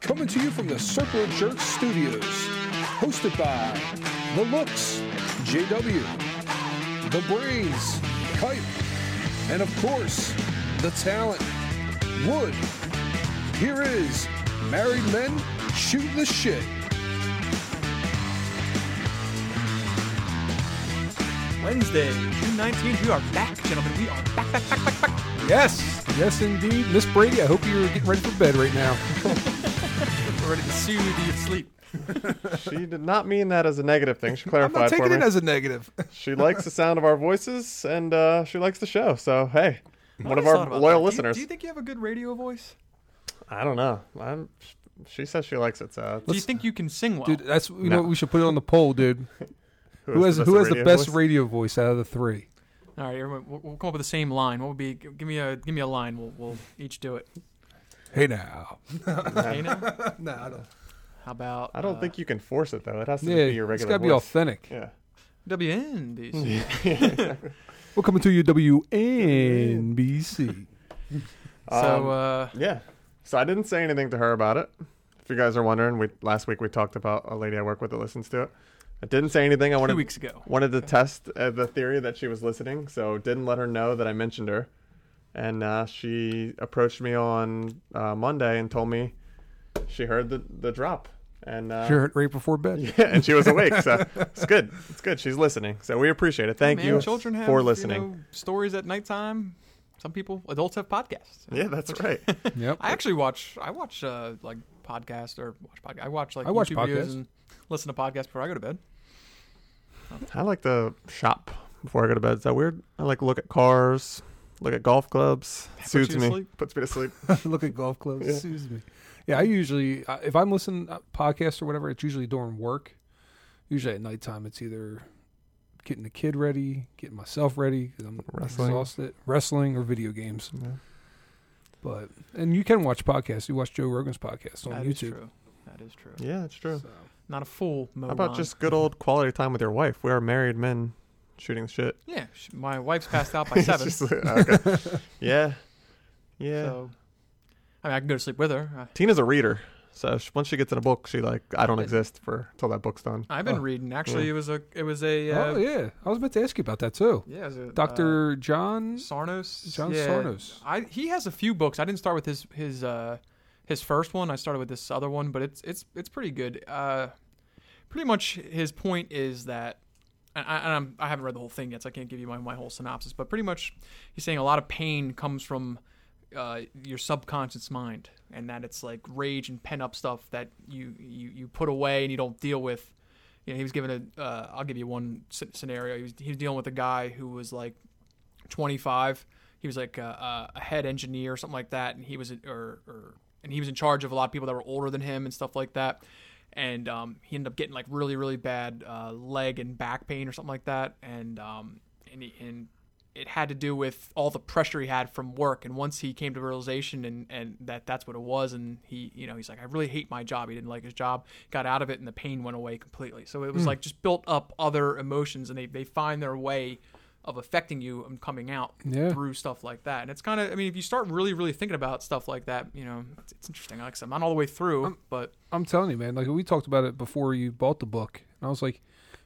coming to you from the Circle of Jerks Studios, hosted by The Looks, JW, The Brains, Kite, and of course, The Talent, Wood. Here is Married Men Shoot the Shit. Wednesday, June 19th. We are back, gentlemen. We are back, back, back, back, back. Yes, yes, indeed. Miss Brady, I hope you're getting ready for bed right now. We're ready to soothe you to sleep. She did not mean that as a negative thing. She I'm not clarified for taking me. it as a negative. she likes the sound of our voices and uh, she likes the show. So hey, one of Always our thought about that. Do loyal you- listeners. Do you, think you have a good radio voice? I don't know. I'm. She says she likes it. So Do you think you can sing well? Dude, that's you know No. we should put it on the poll, dude. who Who has who has the radio best voice? radio voice out of the three? All right, everyone, we'll, we'll come up with the same line. What would be? g- Give me a give me a line. We'll we'll each do it. Hey now. Okay, now? No, I don't. How about? I don't uh, think you can force it though. It has to Yeah, be your it's regular. got to be voice. authentic. Yeah. WNBC. We're coming to you, WNBC. Um, So uh, Yeah. So I didn't say anything to her about it. If you guys are wondering, we last week we talked about a lady I work with that listens to it. I didn't say anything. I wanted weeks ago. wanted to test uh, the theory that she was listening, so didn't let her know that I mentioned her. And uh, she approached me on uh, Monday and told me she heard the the drop and uh, Sure, right before bed. yeah, and she was awake. So it's good. It's good. She's listening. So we appreciate it. Thank man, you children have for you listening. know, stories at nighttime. Some people, adults have podcasts. yeah, that's right. Yep. I actually watch. I watch uh, like podcasts or watch podcast. I watch like I watch YouTube podcasts. videos and listen to podcasts before I go to bed. I like to shop before I go to bed. Is that weird? I like to look at cars, look at golf clubs. you Suits to me. sleep? Puts me to sleep. Look at golf clubs. Yeah. Excuse me. Yeah, I usually uh, if I'm listening to podcasts or whatever, it's usually during work. Usually at nighttime, it's either getting the kid ready, getting myself ready because I'm Wrestling. exhausted, wrestling or video games. Yeah. But and you can watch podcasts. You watch Joe Rogan's podcast on That is YouTube. true. That is true. Yeah, it's true. So, Not a fool. How about just good old quality time with your wife? We are married men shooting the shit. yeah? sh- My wife's passed out by seven, It's just- okay. Yeah. Yeah. so I mean I can go to sleep with her. I, Tina's a reader. So she, once she gets in a book, she like I don't Yeah. exist for till that book's done. I've been Oh. reading. Actually, it was a it was a uh, Oh yeah, I was about to ask you about that too. yeah, it was a, uh, Doctor John Sarnos. John yeah. Sarnos. I he has a few books. I didn't start with his his uh his first one. I started with this other one, but it's it's it's pretty good. Uh, pretty much his point is that. And I, and I'm, I haven't read the whole thing yet, so I can't give you my, my whole synopsis. But pretty much, he's saying a lot of pain comes from uh, your subconscious mind, and that it's like rage and pent up stuff that you, you, you put away and you don't deal with. You know, he was given a. Uh, I'll give you one sce- scenario. He was he was dealing with a guy who was like 25. He was like a, a head engineer or something like that, and he was or, or and he was in charge of a lot of people that were older than him and stuff like that. And um, he ended up getting like really really bad uh, leg and back pain or something like that, and um, and, he, and it had to do with all the pressure he had from work. And once he came to realization and, and that that's what it was, and he you know he's like I really hate my job. He didn't like his job. Got out of it, and the pain went away completely. So it was like just built up other emotions, and they they find their way of affecting you and coming out Yeah. through stuff like that. And it's kind of, I mean, if you start really, really thinking about stuff like that, you know, it's, it's interesting. Like I said, I'm not all the way through, but I'm telling you, man. Like we talked about it before you bought the book, and I was like,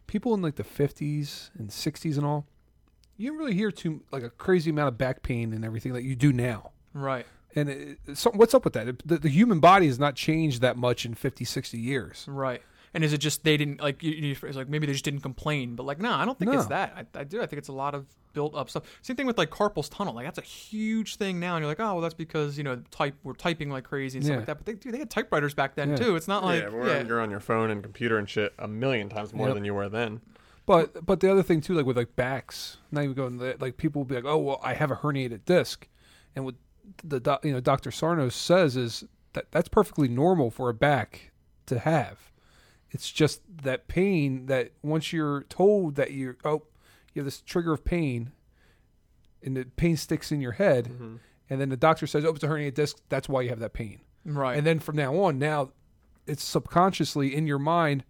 people in like the 50s and 60s and all, you didn't really hear too like a crazy amount of back pain and everything that you do now. right. And it, it- so, what's up with that? It- the, the human body has not changed that much in 50, 60 years. Right. And is it just they didn't like you, you, it's like maybe they just didn't complain, but like no, I don't think it's No. that. I, I do. I think it's a lot of built up stuff. Same thing with like carpal's tunnel. Like that's a huge thing now, and you're like, oh well, that's because you know type we're typing like crazy and stuff Yeah. like that. But they dude, they had typewriters back then Yeah. too. It's not like yeah, we're on- you're on your phone and computer and shit a million times more Yep. than you were then. But but the other thing too, like with like backs, not even going there, like people will be like, oh well, I have a herniated disc, and what the doc- you know Doctor Sarno says is that that's perfectly normal for a back to have. It's just that pain that once you're told that you're oh you have this trigger of pain, and the pain sticks in your head, Mm-hmm. and then the doctor says oh it's a herniated disc, that's why you have that pain, right. and then from now on now it's subconsciously in your mind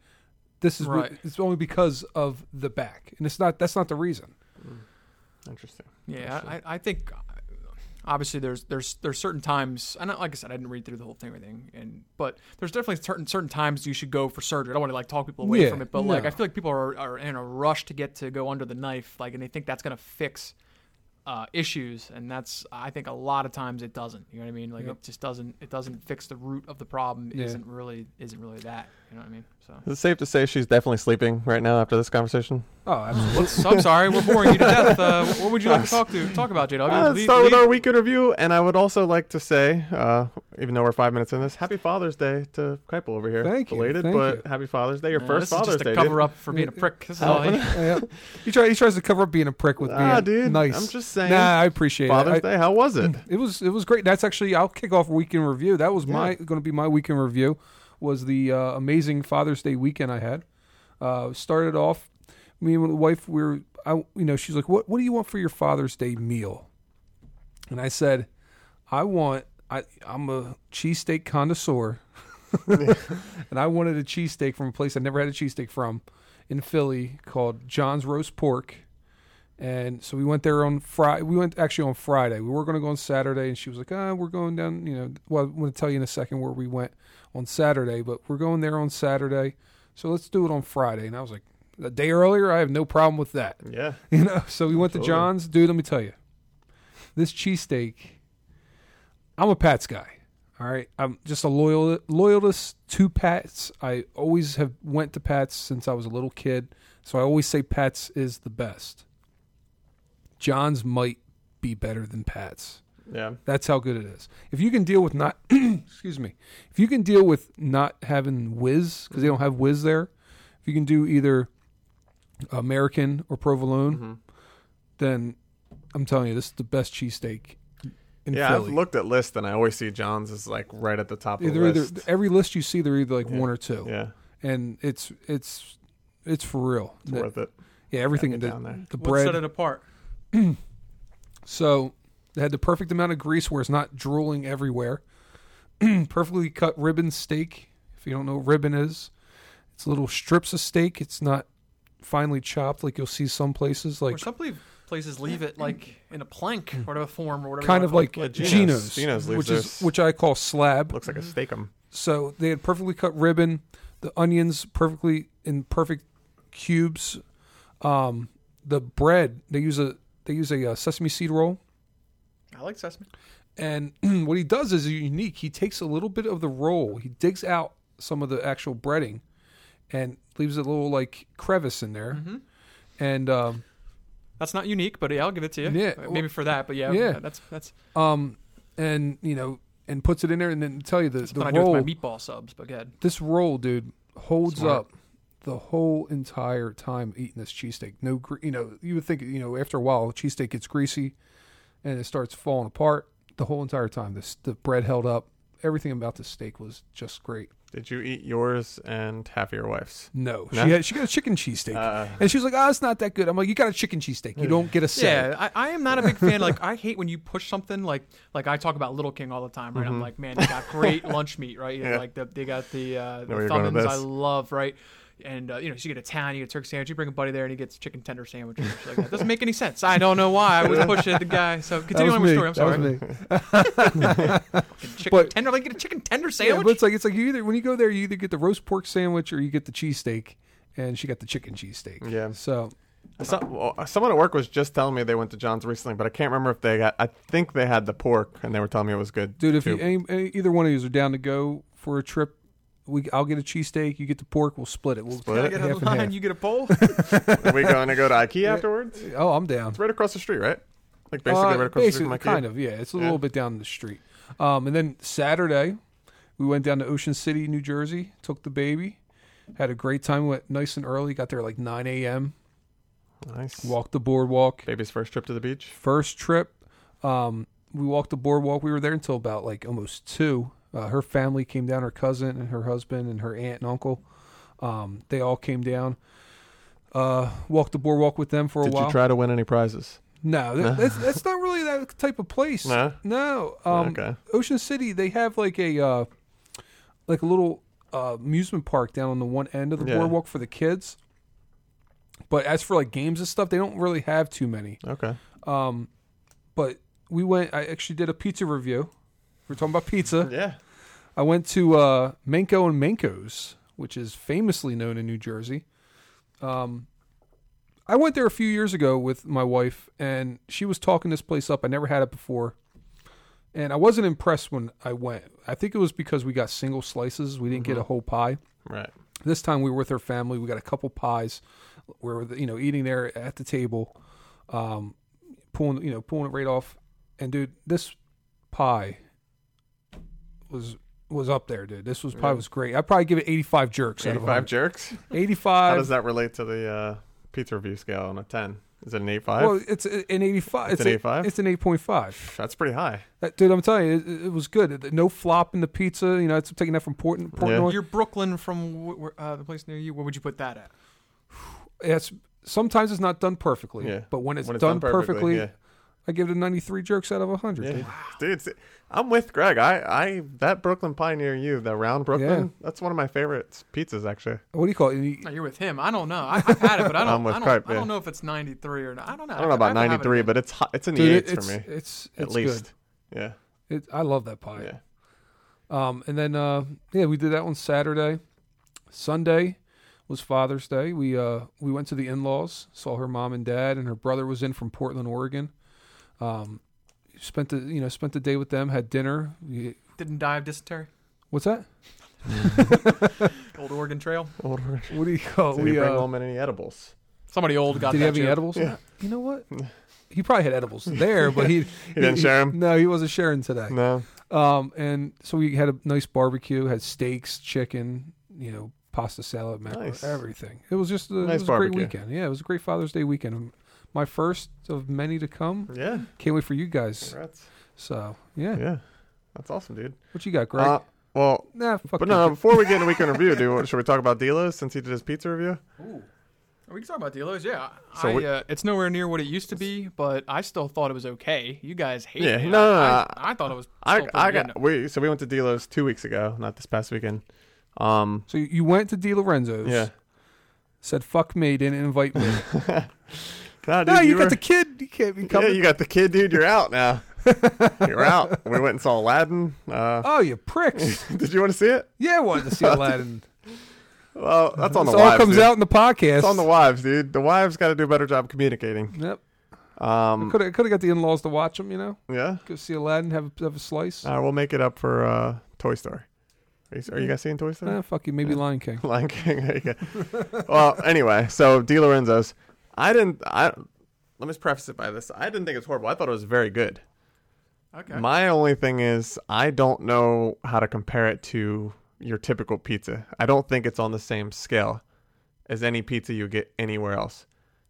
this is what, Right. it's only because of the back and it's not that's not the reason Mm. Interesting. Yeah, I, I think uh, obviously there's there's there's certain times and I- like I said I didn't read through the whole thing or anything and but there's definitely certain certain times you should go for surgery. I don't want to like talk people away Yeah, from it, but like no. I feel like people are, are in a rush to get to go under the knife like and they think that's going to fix uh, issues and that's I think a lot of times it doesn't. You know what I mean? Like Yep. it just doesn't it doesn't fix the root of the problem. It Yeah. Isn't really isn't really that. You know what I mean? So Is it safe to say she's definitely sleeping right now after this conversation? Oh, absolutely. So I'm sorry, we're boring you to death. Uh, what would you like to talk to talk about, Oh, JW? Uh, let's Lead- start with lead- our week in review, and I would also like to say, uh, even though we're five minutes in this, Happy Father's Day to Keipel over here. Thank you, Belated, thank but you. Happy Father's Day, your No, first this Father's is just Day. a dude. cover up for being a prick. This is Oh, all he- yeah. He try he tries to cover up being a prick with Ah, being dude. nice. I'm just saying. Nah, I appreciate Father's it. I- Day, how was it? Mm, it was it was great. That's actually I'll kick off weekend review. That was my going to be my weekend review. Was the uh, amazing Father's Day weekend I had. Uh, started off, me and my wife we were I you know she's like what what do you want for your Father's Day meal, and I said I want I I'm a cheesesteak connoisseur, and I wanted a cheesesteak from a place I never had a cheesesteak from in Philly called John's Roast Pork. And so we went there on Friday. We went actually on Friday. We were going to go on Saturday, and she was like, "Ah, we're going down." You know, well, I'm going to tell you in a second where we went on Saturday, but we're going there on Saturday. So let's do it on Friday. And I was like, "A day earlier, I have no problem with that." Yeah. You know, so we went to Absolutely. John's. Dude, let me tell you, this cheesesteak. I'm a Pats guy. All right, I'm just a loyal loyalist to Pats. I always have went to Pats since I was a little kid, so I always say Pats is the best. John's might be better than Pats. Yeah. That's how good it is. If you can deal with not, excuse me, if you can deal with not having whiz because they don't have whiz there, if you can do either American or provolone, Mm-hmm. then I'm telling you, this is the best cheesesteak in Yeah, Philly. I've looked at lists, and I always see John's is like right at the top of the Either, either list. every list you see, they're either like one or two, yeah, and it's it's it's for real. it's The- worth it. yeah, everything Get the, down there. the what bread. set it apart? So they had the perfect amount of grease where it's not drooling everywhere. Perfectly cut ribbon steak. If you don't know what ribbon is, it's little strips of steak. It's not finely chopped like you'll see some places, or like Hmm. some ple- places leave it like in a plank or whatever form or whatever. you kind wanna of call like it. Yeah, Geno's, Geno's. Geno's leaves which theirs. is which I call slab. Looks like a steakum. So they had perfectly cut ribbon, the onions perfectly in perfect cubes. Um, the bread they use a they use a, uh sesame seed roll. I like sesame. And what he does is unique. He takes a little bit of the roll, he digs out some of the actual breading, and leaves a little like crevice in there. And um, Mm-hmm. That's not unique, but yeah, I'll give it to you. Yeah, Uh, maybe for that, but yeah, yeah. that's that's um, and you know, and puts it in there, and then tell you the, what the I do roll. with my meatball subs. But good. This roll, dude, holds Smart. up the whole entire time eating this cheesesteak. No, gre- you know, you would think, you know, after a while, cheesesteak gets greasy, and it starts falling apart. The whole entire time, this the bread held up. Everything about the steak was just great. Did you eat yours and half of your wife's? No, No? she had she got a chicken cheesesteak, Uh. and she was like, "Oh, it's not that good." I'm like, "You got a chicken cheesesteak. You don't get a set." Yeah, I, I am not a big fan. Like I hate when you push something like like I talk about Little King all the time, right? Mm-hmm. I'm like, man, they got great lunch meat, right? Yeah. Like the, they got the uh, the where you're going with thumbins I this. love, right? And uh, you know, so you get a town, you get a turkey sandwich. You bring a buddy there, and he gets chicken tender sandwiches. It's Like that doesn't make any sense. I don't know why I was pushing the guy. So continue on with your story. I'm sorry. Chicken But- tender, like get a chicken tender sandwich. Yeah, but it's like it's like you either when you go there, you either get the roast pork sandwich or you get the cheesesteak, and she got the chicken cheesesteak. Yeah. So Some, well, uh, someone at work was just telling me they went to John's recently, but I can't remember if they got. I think they had the pork, and they were telling me it was good. dude, if too. you, any, any- either one of you are down to go for a trip, we I'll get a cheesesteak, you get the pork, we'll split it. We'll Split I it. get half a and line, half. you get a pole. Are we going to go to IKEA afterwards? It's Oh, I'm down. right across the street, right? Like basically Uh, right basically, across the street from IKEA. kind of, yeah. It's a Yeah. little bit down the street. Um, and then Saturday, we went down to Ocean City, New Jersey. Took the baby, had a great time. Went nice and early. Got there like 9 a.m. Nice. Walked the boardwalk. Baby's first trip to the beach. First trip, um, we walked the boardwalk. We were there until about like almost two. Uh, her family came down. Her cousin and her husband and her aunt and uncle. Um, they all came down. Uh, walked the boardwalk with them for a Did while. you try to win any prizes? no, that, that's, that's not really that type of place. No. No. Um, okay. Ocean City, they have like a uh, like a little uh, amusement park down on the one end of the Yeah. boardwalk for the kids. But as for like games and stuff, they don't really have too many. Okay. Um, but we went. I actually did a pizza review. We're talking about pizza. Yeah. I went to uh, Manco and Manco's, which is famously known in New Jersey. Um, I went there a few years ago with my wife, and she was talking this place up. I never had it before, and I wasn't impressed when I went. I think it was because we got single slices. We didn't get a whole pie. Right. This time we were with her family. We got a couple pies. We were you know eating there at the table, um, pulling you know pulling it right off. And dude, this pie was was up there, dude. This was pie was great. I'd probably give it eighty five jerks. out of 85 100. jerks. Eighty How five. does that relate to the uh, pizza review scale on a 10? Is it an 85? Well, it's a- an eighty five. It's an 85? It's an eight point five. That's pretty high. Dude, I'm telling you, it, it was good. No flop in the pizza. You know, it's taking that from Portland. Portland. You're Brooklyn from wh- where- uh, the place near you. Where would you put that at? It's sometimes it's not done perfectly. Yeah. But when it's, done, perfectly, yeah. I give it a ninety three jerks out of hundred. Yeah. Dude, it's- I'm with Greg. I, I that Brooklyn pie near you, the round Brooklyn, that's one of my favorite pizzas actually. What do you call it? You- No, you're with him. I don't know. I, I've had it, but I don't. I'm with I don't, Pipe, I yeah. don't know if it's 93 or not. I don't know. I don't know about 93, but it's hot, it's in the Dude, eights it's, for me it's it's at least. Yeah. good. It, I love that pie. Yeah. Um, and then uh, yeah, we did that one Saturday. Sunday was Father's Day. We uh we went to the in laws, saw her mom and dad, and her brother was in from Portland, Oregon. Um, spent the you know spent the day with them, had dinner. We- didn't die of dysentery. what's that? Old Oregon Trail. Old Did What do you call? you we, bring uh, home any edibles? Somebody old got did he that have any joke. edibles? Yeah. You know what? He probably had edibles there, but he He didn't share 'em? No, he wasn't sharing today. No. Um, and so we had a nice barbecue, had steaks, chicken, you know, pasta salad, macaroni, Nice. everything. It was just a, Nice it was a barbecue. great weekend. Yeah, it was a great Father's Day weekend. Um, My first of many to come. Yeah. Can't wait for you guys. Congrats. So yeah, Yeah. That's awesome, dude. what you got, Greg? Uh, well, nah, fuck. but you. no, before we get into weekend review, do should we talk about Delos since he did his pizza review? We can talk about Delos, yeah. So I, we- uh, it's nowhere near what it used to be, but I still thought it was okay. You guys hate Yeah, it. no, no, no, I, no. I, I thought it was. I, still I pretty got good. we so we went to Delos two weeks ago, not this past weekend. Um, So you went to Di Lorenzo's. yeah, Said fuck me, didn't invite me. Nah, dude, no, you, got were- the kid. You can't be yeah, coming. you got the kid, dude. You're out now. you're out. We went and saw Aladdin. Uh, Oh, you pricks! did you want to see it? yeah, I wanted to see Aladdin. Well, that's on This the all wives. comes dude. out in the podcast. It's on the wives, dude. The wives got to do a better job communicating. Yep. Um, Could have could have got the in laws to watch them. You know, yeah, go see Aladdin, have a, have a slice. uh, we'll make it up for uh, Toy Story. Are you, are you guys seeing Toy Story? Eh, fuck you, maybe Lion King. Lion King. There you go. well, anyway, so Di Lorenzo's. I didn't. I let me preface it by this. I didn't think it was horrible. I thought it was very good. Okay. My only thing is I don't know how to compare it to your typical pizza. I don't think it's on the same scale as any pizza you get anywhere else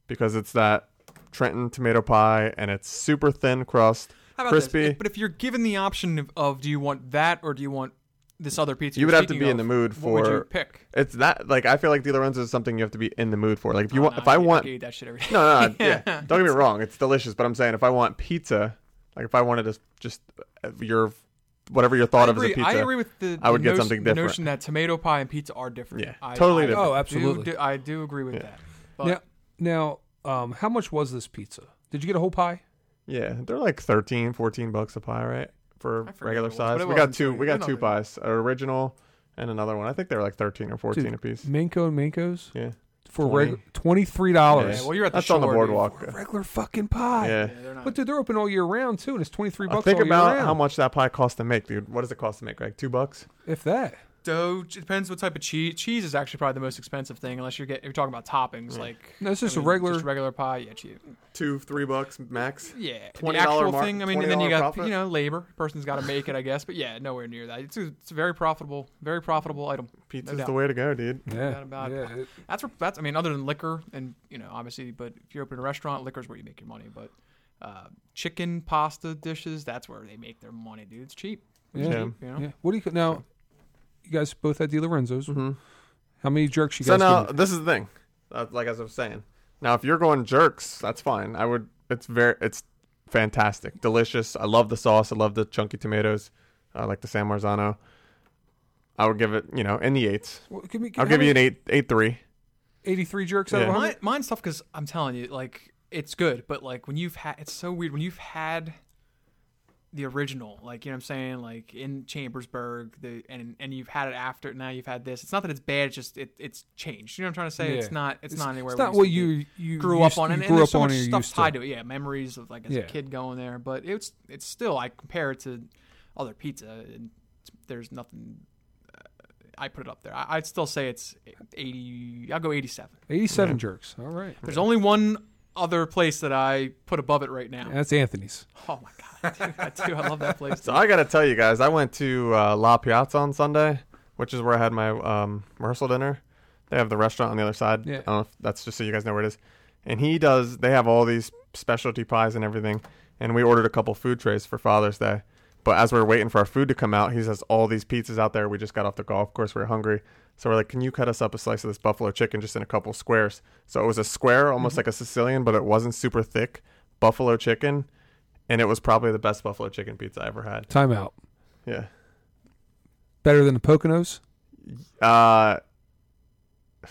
because it's that Trenton tomato pie and it's super thin crust, How about crispy. This? But if you're given the option of, of do you want that or do you want this other pizza, You would you're have to speaking be of, in the mood for What would you pick? It's that like I feel like Di Lorenzo is something you have to be in the mood for. Like if you want, Nah, if I eat- want, eat that shit every day. No, no, no yeah. Don't get me wrong, it's delicious, but I'm saying if I want pizza, like if I wanted to s- just uh, your whatever your thought I of as a agree, pizza, I agree with the, I would the get notion, something the different. notion that tomato pie and pizza are different. Yeah, I, totally I different. Oh, do- absolutely. I do agree with Yeah. that. But now, now um, how much was this pizza? Did you get a whole pie? yeah, they're like 13, 14 bucks a pie, right? For I forget regular what it was, size, but it we got wasn't two. too- We got no, two they- pies, an original and another one. I think they were like thirteen or fourteen Dude, apiece. Manco and Manco's Yeah, for Twenty. regu- twenty three dollars. Yeah, well, you're at the that's on the shore, dude. boardwalk. regular fucking pie. Yeah, yeah, they're not. But dude, they're open all year round too, and it's twenty three I bucks. think all year about round, how much that pie cost to make, dude. What does it cost to make, Greg? Two bucks. if that. dough. It depends what type of cheese. Cheese is actually probably the most expensive thing, unless you're get, you're talking about toppings like. No, it's just I a mean, regular- just regular pie. Yeah, cheese. Two, three bucks max. Yeah, the $20 actual mar- thing. I mean, and then you $20 got profit? you know labor. Person's got to make it, I guess. But yeah, nowhere near that. It's a, it's a very profitable, very profitable item. Pizza's doubt. the way to go, dude. Yeah, Forgot about yeah. it- That's where, that's. I mean, other than liquor and you know obviously, but if you're opening a restaurant, liquor's where you make your money. But uh, chicken pasta dishes, that's where they make their money, dude. It's cheap. It's Yeah. cheap, you know? yeah. What do you ca- now? You guys both had Di Lorenzo's. Mm-hmm. How many jerks you So guys? now give me? this is the thing, uh, like as I was saying. Now, if you're going jerks, that's fine. I would. It's very. It's fantastic, delicious. I love the sauce. I love the chunky tomatoes. I like the San Marzano. I would give it, you know, in the eights. Well, give me, I'll give you an eight, eight three. eighty three jerks out of Yeah. one Mine, hundred. mine's tough because I'm telling you, like it's good, but like when you've had, it's so weird when you've had the original, like you know what I'm saying, like in Chambersburg, the and and you've had it after. Now you've had this. It's not that it's bad. It's just it it's changed. You know what I'm trying to say? It's Yeah. not it's, not anywhere. It's we not used what to be. you you grew used- up on, you and, and grew there's up so on much or stuff used tied to it. Yeah, memories of like as Yeah. a kid going there, but it's it's still I compare it to other pizza, and there's nothing. Uh, I put it up there. I, I'd still say it's eighty. I'll go eighty-seven. 87 jerks. All right. There's only one other place that I put above it right now. That's Anthony's. Oh my god, dude, I do. I love that place. So I gotta tell you guys, I went to uh, La Piazza on Sunday, which is where I had my um, rehearsal dinner. They have the restaurant on the other side. Yeah. I don't know if that's just so you guys know where it is. And he does. They have all these specialty pies and everything. And we ordered a couple food trays for Father's Day. But as we were waiting for our food to come out, he says all these pizzas out there. We just got off the golf course. We were hungry, so we're like, "Can you cut us up a slice of this buffalo chicken just in a couple squares?" So it was a square, almost like a Sicilian, but it wasn't super thick buffalo chicken, and it was probably the best buffalo chicken pizza I ever had. Timeout. Yeah. Better than the Poconos? Uh,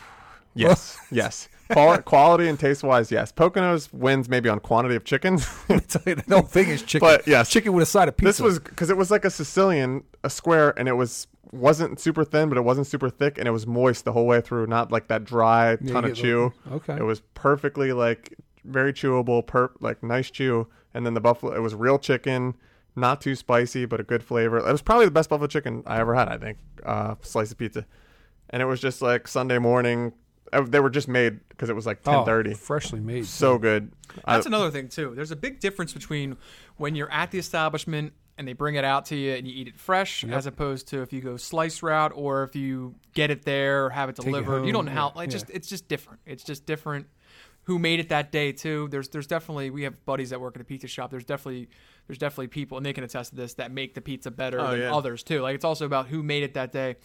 yes, yes. Qual- quality and taste wise, yes. Poconos wins maybe on quantity of chicken, I tell you, the whole thing is chicken. but yes, chicken with a side of pizza. this was because it was like a Sicilian, a square, and it was wasn't super thin, but it wasn't super thick, and it was moist the whole way through, not like that dry Yeah, you ton of get chew. the- Okay. It was perfectly like very chewable, per like nice chew, and then the buffalo. It was real chicken, not too spicy, but a good flavor. It was probably the best buffalo chicken I ever had. I think uh, slice of pizza, and it was just like Sunday morning. uh, They were just made because it was like ten thirty. Oh, freshly made. so good. I- That's another thing too. There's a big difference between when you're at the establishment and they bring it out to you and you eat it fresh, as opposed to if you go slice route or if you get it there or have it it delivered. you home, don't know how. yeah, Like yeah. just it's just different. It's just different. Who made it that day too? There's there's definitely we have buddies that work at a pizza shop. There's definitely there's definitely people and they can attest to this that make the pizza better Oh, than yeah. others too. Like it's also about who made it that day.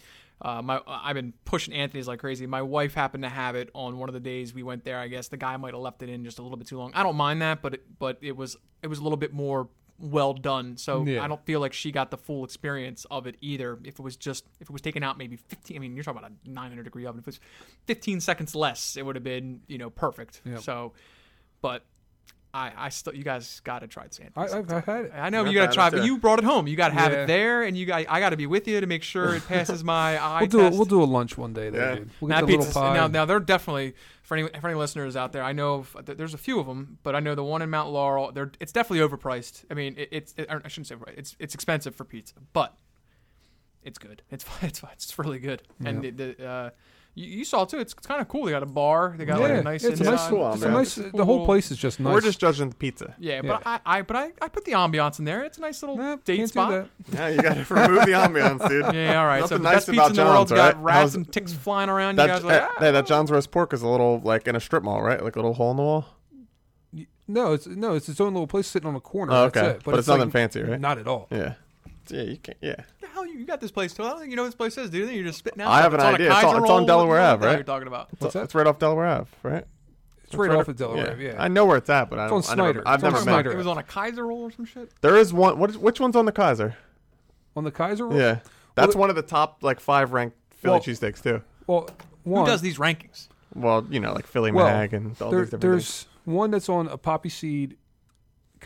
Uh, my I've been pushing Anthony's like crazy. My wife happened to have it on one of the days we went there. I guess the guy might have left it in just a little bit too long. I don't mind that, but it, but it was it was a little bit more well done. So Yeah. I don't feel like she got the full experience of it either. If it was just if it was taken out maybe 15 I mean you're talking about a 900 degree oven. If it was 15 seconds less, it would have been, you know, perfect. Yep. So but I I still you guys got to try it. Anthony's. I, I've, I've had it. I know Yeah, you got that to try, is it, but a- you brought it home. You got to have Yeah. it there, and you got I got to be with you to make sure it passes my eye We'll do test. it. We'll do a lunch one day. There, Yeah. dude. We'll Now, get the little pizzas- pie. Now, now they're definitely for any for any listeners out there. I know of, th- there's a few of them, but I know the one in Mount Laurel. They're it's definitely overpriced. I mean, it, it's it, I shouldn't say overpriced. It's it's expensive for pizza, but it's good. It's fi- it's fi- it's really good. And the, the uh, you, you saw too. It's, it's kind of cool. They got a bar. They got like a nice it's a inside. nice, Cool it's a ambiance. nice the whole Cool. place is just nice. We're just judging the pizza. Yeah, Yeah. but I, I but I, I put the ambiance in there. It's a nice little Nah, date can't spot. do that. Yeah, you got to remove the ambiance, dude. Yeah, all right. so Nothing the nice best pizza about in the world John's, got right? rats How's- and ticks flying around. you guys That, are like, eh, "Ah." hey, that John's roast pork is a little like in a strip mall, right? Like a little hole in the wall. No, it's no, it's its own little place sitting on a corner. Oh, That's okay. it. But it's nothing fancy, right? Not at all. Yeah. Yeah, you can't. Yeah. "Ah, the hell you, you got this place too? I don't think you know what this place is, do you? You're just spitting out. I stuff. have an on a idea. It's on- Kaiser it's on roll. What Delaware the hell Ave, are you right? Talware about. What's that? It's right off Delaware Ave, right? It's right right off of Delaware. Yeah. I know where it's at, but I It's don't. on I never- Snyder. I've It's on never Snyder. been. It was on a Kaiser roll or some shit. There is one. What is, which one's on the Kaiser? on the Kaiser. Road? Yeah, that's one of the top like five ranked Philly Oh. Well- cheesesteaks too. Well, one Who does these rankings? Well, you know, like Philly Well, Mag and all there- these different there's things. one that's on a poppy seed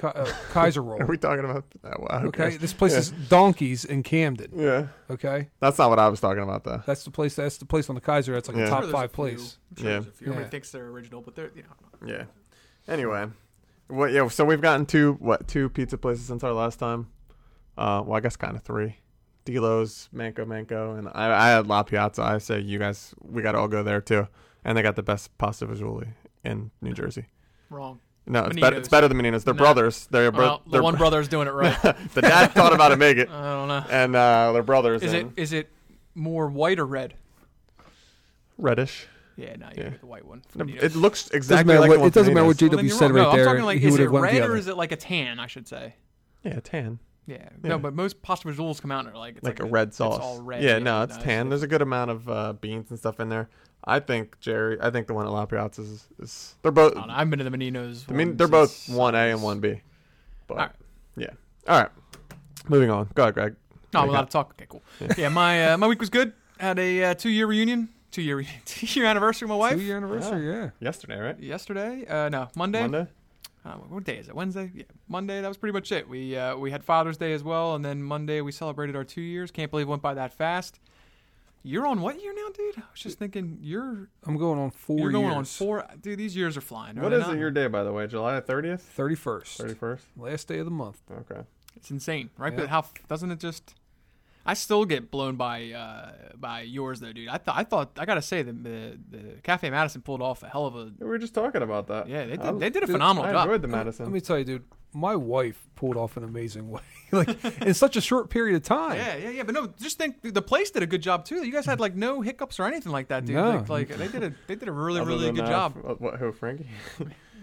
Ki- uh, Kaiser roll. Are we talking about? Oh, wow, who okay, cares? this place is donkeys in Camden. Yeah, Okay, that's not what I was talking about though. that's the place. That's the place on the Kaiser. That's like Yeah. a I'm top sure there's five a few. place. I'm sure Yeah. there's a few. Everybody Yeah. thinks they're original, but they're you know. Yeah. Anyway, what? Yeah. So we've gotten two what two pizza places since our last time. Uh, well, I guess kind of three. Delos, Manco Manco, and I, I had La Piazza. I say you guys, we got to all go there too. And they got the best pasta visually in New Jersey. Wrong. No, it's better. It's Meninos. better than Meninos. They're Nah. brothers. They're, bro- Well, they're the one brother's doing it right. the dad taught him how to make it, I don't know. and uh, they're brothers. Is it and is it more white or red? reddish? Yeah, no, you Yeah. get the white one. No, You know. It looks Doesn't exactly matter like what, the one it doesn't matter what Meninos. Well, JW then you're said wrong. right no, there. I'm talking like, he is would it have went the red other. or is it like a tan? I should say. Yeah, tan, Yeah. Yeah. No, but most pasta visuals come out and are like it's like, like, a red sauce. It's all red. Yeah, no, it's it's- tan. There's a good amount of uh, beans and stuff in there. I think Jerry. I think the one at La Piazza is, is they're both. I don't know, I've been to the Meninos. I mean, ones they're both since one A I and was- one B. But All right. yeah, all right. Moving on. Go ahead, Greg. No, I'm Okay. allowed to talk. Okay, cool. Yeah, my uh, my week was good. Had a uh, two year reunion, two year two year anniversary with my Two wife Ah. year anniversary. Yeah. Yesterday, right? yesterday. Uh, no, Monday. Monday. Um, what day is it? Wednesday? Yeah, Monday. That was pretty much it. We uh, we had Father's Day as well, and then Monday we celebrated our two years. Can't believe it went by that fast. You're on what year now, dude? I was just thinking you're I'm going on 4 you're going years. on four. Dude, these years are flying. are What they is not? it your day by the way? July 30th, 31st. 31st. Last day of the month. Okay. It's insane, right? Yeah. But how doesn't it just? I still get blown by uh, by yours though, dude. I thought I thought I gotta say the, the the Cafe Madison pulled off a hell of a We were just talking about that. yeah. They I- did, they did a dude, phenomenal I job. enjoyed the Let Madison. me tell you, dude, my wife pulled off an amazing way. like in such a short period of time. Yeah, yeah, yeah. But no, just think the place did a good job too. You guys had like no hiccups or anything like that, dude. No. Like, like, they did a they did a really Other really than, good uh, job. f- What, who, Frankie?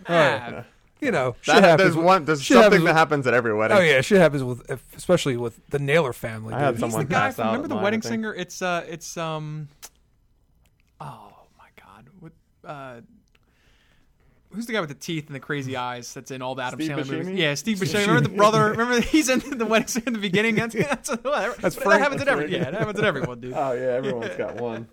Ah, You know, shit That, happens there's with- one. There's shit something happens that with- happens at every wedding. Oh yeah, shit happens with especially with the Naylor family. I had dude. some- He's the someone guy. passed From, out remember at the mine, I wedding think. singer? It's uh, it's um. Oh my God! What? Uh, who's the guy with the teeth and the crazy eyes that's in all the Adam Steve Sandler movies? Buscemi? Yeah, Steve Buscemi. Remember the brother? Remember he's in the wedding singer in the beginning? That's that's, whatever. That's But That Frank. happens at That's every. Frank. Yeah, that happens at everyone, dude. Oh yeah, everyone's got one.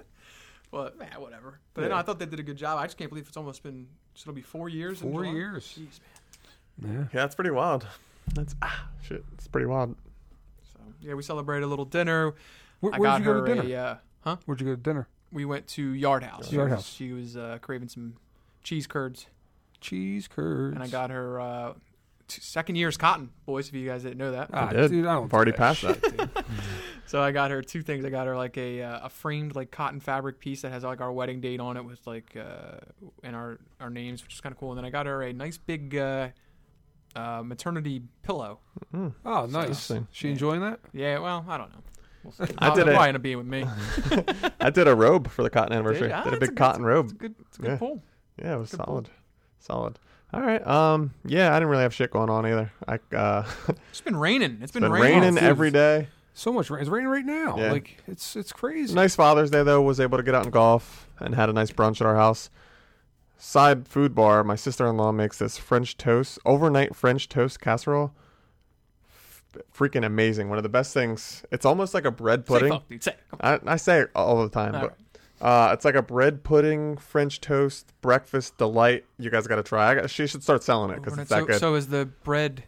Well, man, whatever. But no, Yeah. I thought they did a good job. I just can't believe it's almost been. So it'll be four years. in Four July? years. Jeez, man. Yeah. Yeah, that's pretty wild. That's ah shit. It's pretty wild. So yeah, we celebrated a little dinner. Where, I where'd got you go her to dinner? a. Uh, huh? Where'd you go to dinner? We went to Yard House. Yard House. She was uh, craving some cheese curds. Cheese curds. and I got her uh, t- second year's cotton, boys. If you guys didn't know that, ah, I did. dude. I don't I've do already that passed shit, dude. so I got her two things. I got her like a uh, a framed like cotton fabric piece that has like our wedding date on it with like uh, and our our names, which is kind of cool. And then I got her a nice big uh, uh, maternity pillow. Oh, nice. Interesting. She enjoying that? Yeah, well, I don't know. We'll see. I I'll- did it'll a- probably end up being with me. I did a robe for the cotton anniversary. Ah, Did, a that's big a good- It's cotton a robe. good, it's a good Yeah. pull. Yeah, it was good solid. Solid. All right. Um. Yeah, I didn't really have shit going on either. I uh, It's been raining. It's been, been raining. raining dude. every day. So much rain. It's raining right now. Yeah. Like it's it's crazy. Nice Father's Day though. Was able to get out and golf and had a nice brunch at our house. Side food bar. My sister-in-law makes this French toast overnight French toast casserole. F- Freaking amazing! One of the best things. It's almost like a bread Say pudding. fuck, dude. Say. Come I, I say it all the time, All but uh, it's like a bread pudding, French toast, breakfast delight. You guys got to try. I got, she should start selling it on. because it's that so, good. so is the bread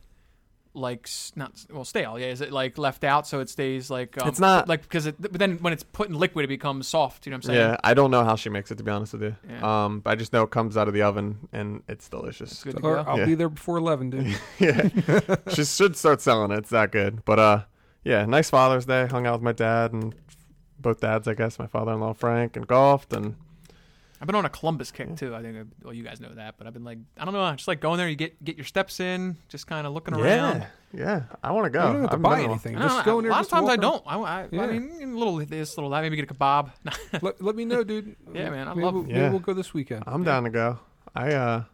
like s- not s- well stale? Yeah, is it like left out so it stays like um, It's not- like because it, but then when it's put in liquid it becomes soft. You know what I'm saying? yeah, I don't know how she makes it to be honest with you. Yeah. Um, but I just know it comes out of the oven and it's delicious. It's good to Or uh, go. I'll Yeah. be there before eleven, dude. yeah. she should start selling it. It's that good. But uh yeah, nice Father's Day. Hung out with my dad and both dads, I guess, my father in law Frank and golfed and I've been on a Columbus kick too. I think I- well, you guys know that, but I've been like I don't know, just like going there, you get get your steps in, just kind of looking around. Yeah. I wanna You go. don't have to I've buy been- anything. I don't know, Just go in a there. lot of just times walk I around. don't. I, I, Yeah. I mean, little this, little that. Maybe get a kebab. Let, let me know, dude. Yeah, man, I maybe love we'll, it. maybe Yeah. we'll go this weekend. I'm down to go. I uh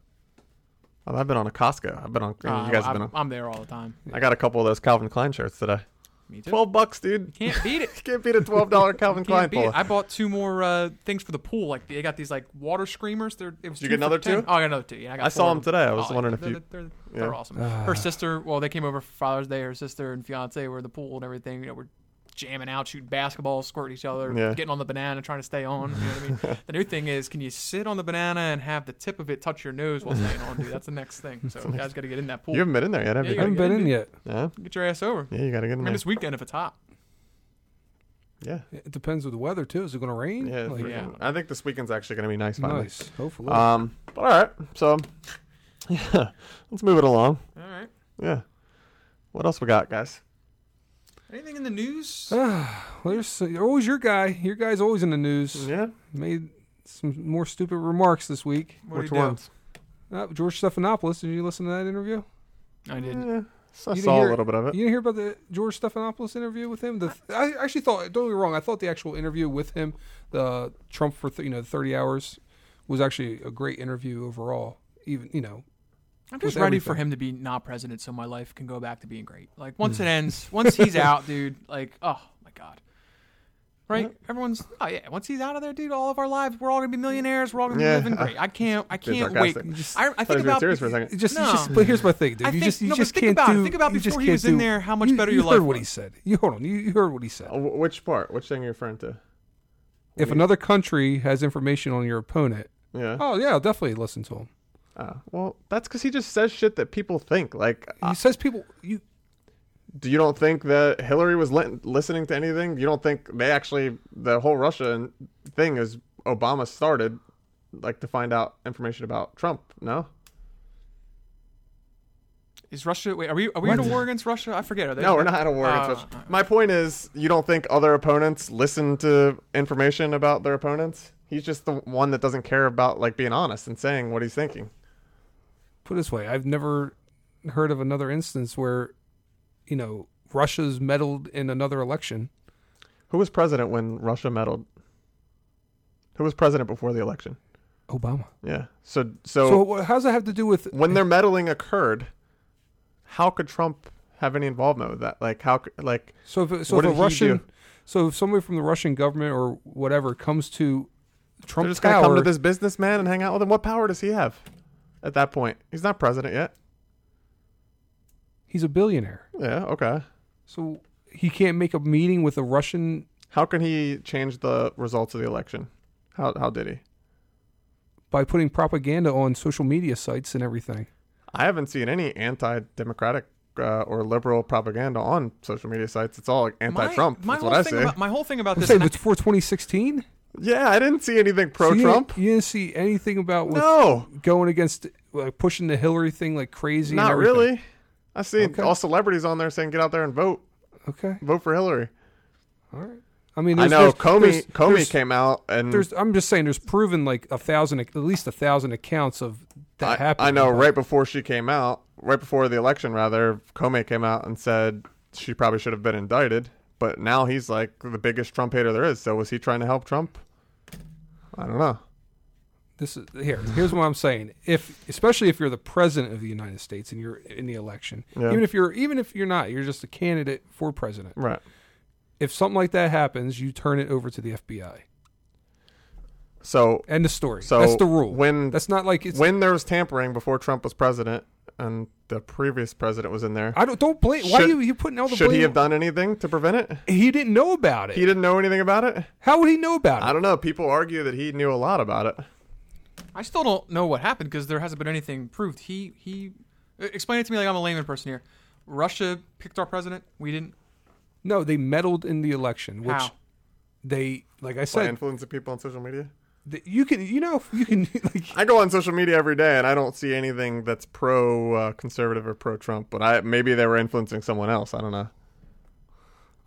well, I've been on a Costco. I've been on Uh, you guys have I'm, been on I'm there all the time. I got a couple of those Calvin Klein shirts today. Me too. Twelve bucks, dude. Can't beat it. You can't beat a twelve dollar Calvin Klein Can't beat polo. it. I bought two more uh, things for the pool. Like they got these like water screamers. They're it was Did you two get for another 10. two? Oh, I got another two. Yeah, I, got I saw four of them today. I was Oh, wondering yeah. if you. they're, they're, they're Yeah. awesome. Ah. her sister, well, they came over for Father's Day. Her sister and fiance were at the pool and everything. You know, we're jamming out, shooting basketball, squirting each other, Yeah. getting on the banana, trying to stay on. You know what I mean? the new thing is, can you sit on the banana and have the tip of it touch your nose while staying on? Dude, that's the next thing. So you guys got to get in that pool. You haven't been in there yet, have Yeah, you? I haven't been in yet. Yeah. Get your ass over. Yeah, you gotta get in Maybe there. this weekend if it's hot. Yeah. It depends with the weather too. Is it going to rain? Yeah, Like, yeah. freaking- I think this weekend's actually gonna be nice. Finally. nice. Hopefully. Um, but all right. So, yeah, let's move it along. All right. Yeah. What else we got, guys? Anything in the news? Ah, well, there's you're always your guy. Your guy's always in the news. Yeah. Made some more stupid remarks this week. What Which do you ones? Uh, George Stephanopoulos. Did you listen to that interview? Do? I didn't. Yeah, so I You didn't saw hear- a little bit of it. You didn't hear about the George Stephanopoulos interview with him? The I actually thought. Don't get me wrong. I thought the actual interview with him, the Trump for th- you know the thirty hours, was actually a great interview overall. Even you know, I'm just with ready for everything. him to be not president so my life can go back to being great. Like Hmm. once it ends, once he's out, dude, like oh my god. Right? Everyone's oh yeah, once he's out of there, dude, all of our lives we're all gonna be millionaires, we're all gonna Yeah, be living great. I can't I Being can't wait. sarcastic. You I, I thought think he was being about serious for a second. It just, you No. just but here's my thing, dude. I you think- just you no, but just think can't about it. do. Think about you just before he can't was do- in there, how much you- better you your heard life what he was. said. You hold on. You, you heard what he said. Oh, wh- Which part? Which thing are you referring to? if another country has information on your opponent, Yeah. oh yeah, I'll definitely listen to him. Uh, well, that's because he just says shit that people think. Like, He says people you do you don't think that Hillary was li- listening to anything? You don't think they actually the whole Russia thing is Obama started, like to find out information about Trump? No, Is Russia? Wait, are we are we in a war against Russia? I forget. Are they, no, we're not at a war against Uh, Russia. My point is, you don't think other opponents listen to information about their opponents? He's just the one that doesn't care about like being honest and saying what he's thinking. put it this way, I've never heard of another instance where, you know, Russia's meddled in another election. Who was president when Russia meddled? Who was president before the election? Obama. Yeah. So So, so, wha- how does that have to do with? when their meddling occurred, how could Trump have any involvement with that? Like how c- like So if so what if a did he Russian, do? so if somebody from the Russian government or whatever comes to Trump they're just Tower, gonna come to this businessman and hang out with him? What power does he have at that point? He's not president yet. he's a billionaire, Yeah. Okay. so he can't make a meeting with a Russian How can he change the results of the election? How how did he? by putting propaganda on social media sites and everything. I haven't seen any anti-democratic uh, or liberal propaganda on social media sites. It's all like, My- anti-Trump. My, That's whole what I thing see. About, my whole thing about I'm this. saying and it's for 2016. yeah, I didn't see anything pro-Trump. You, didn't see anything about with no, going against, like pushing the Hillary thing like crazy. and not everything. really. I see Okay. all celebrities on there saying, "Get out there and vote, Okay, vote for Hillary." all right. I mean, I there's- know there's- Comey. there's- Comey there's- came out and There's, I'm just saying, there's proven like a thousand, at least a thousand accounts of that I, happening. I know right before she came out, right before the election, rather, Comey came out and said she probably should have been indicted. But now he's like the biggest Trump hater there is. So was he trying to help Trump? I don't know. this is here. Here's what I'm saying. If especially if you're the president of the United States and you're in the election, Yeah. even if you're even if you're not, you're just a candidate for president. Right. If something like that happens, you turn it over to the FBI. So End of story. So That's the rule. when- that's not like it's. when there was tampering before Trump was president and the previous president was in there, I don't don't blame. Why are Should- you you putting all the should blame? he have done anything to prevent it? He didn't know about it. He didn't know anything about it. How would he know about it? I don't know. People argue that he knew a lot about it. I still don't know what happened because there hasn't been anything proved. He he, explain it to me like I'm a layman person here. Russia picked our president. We didn't. No, they meddled in the election, which How? they like I By said, influence of people on social media. th- you can you know you can like I go on social media every day and I don't see anything that's pro uh, conservative or pro Trump, but I maybe they were influencing someone else. I don't know.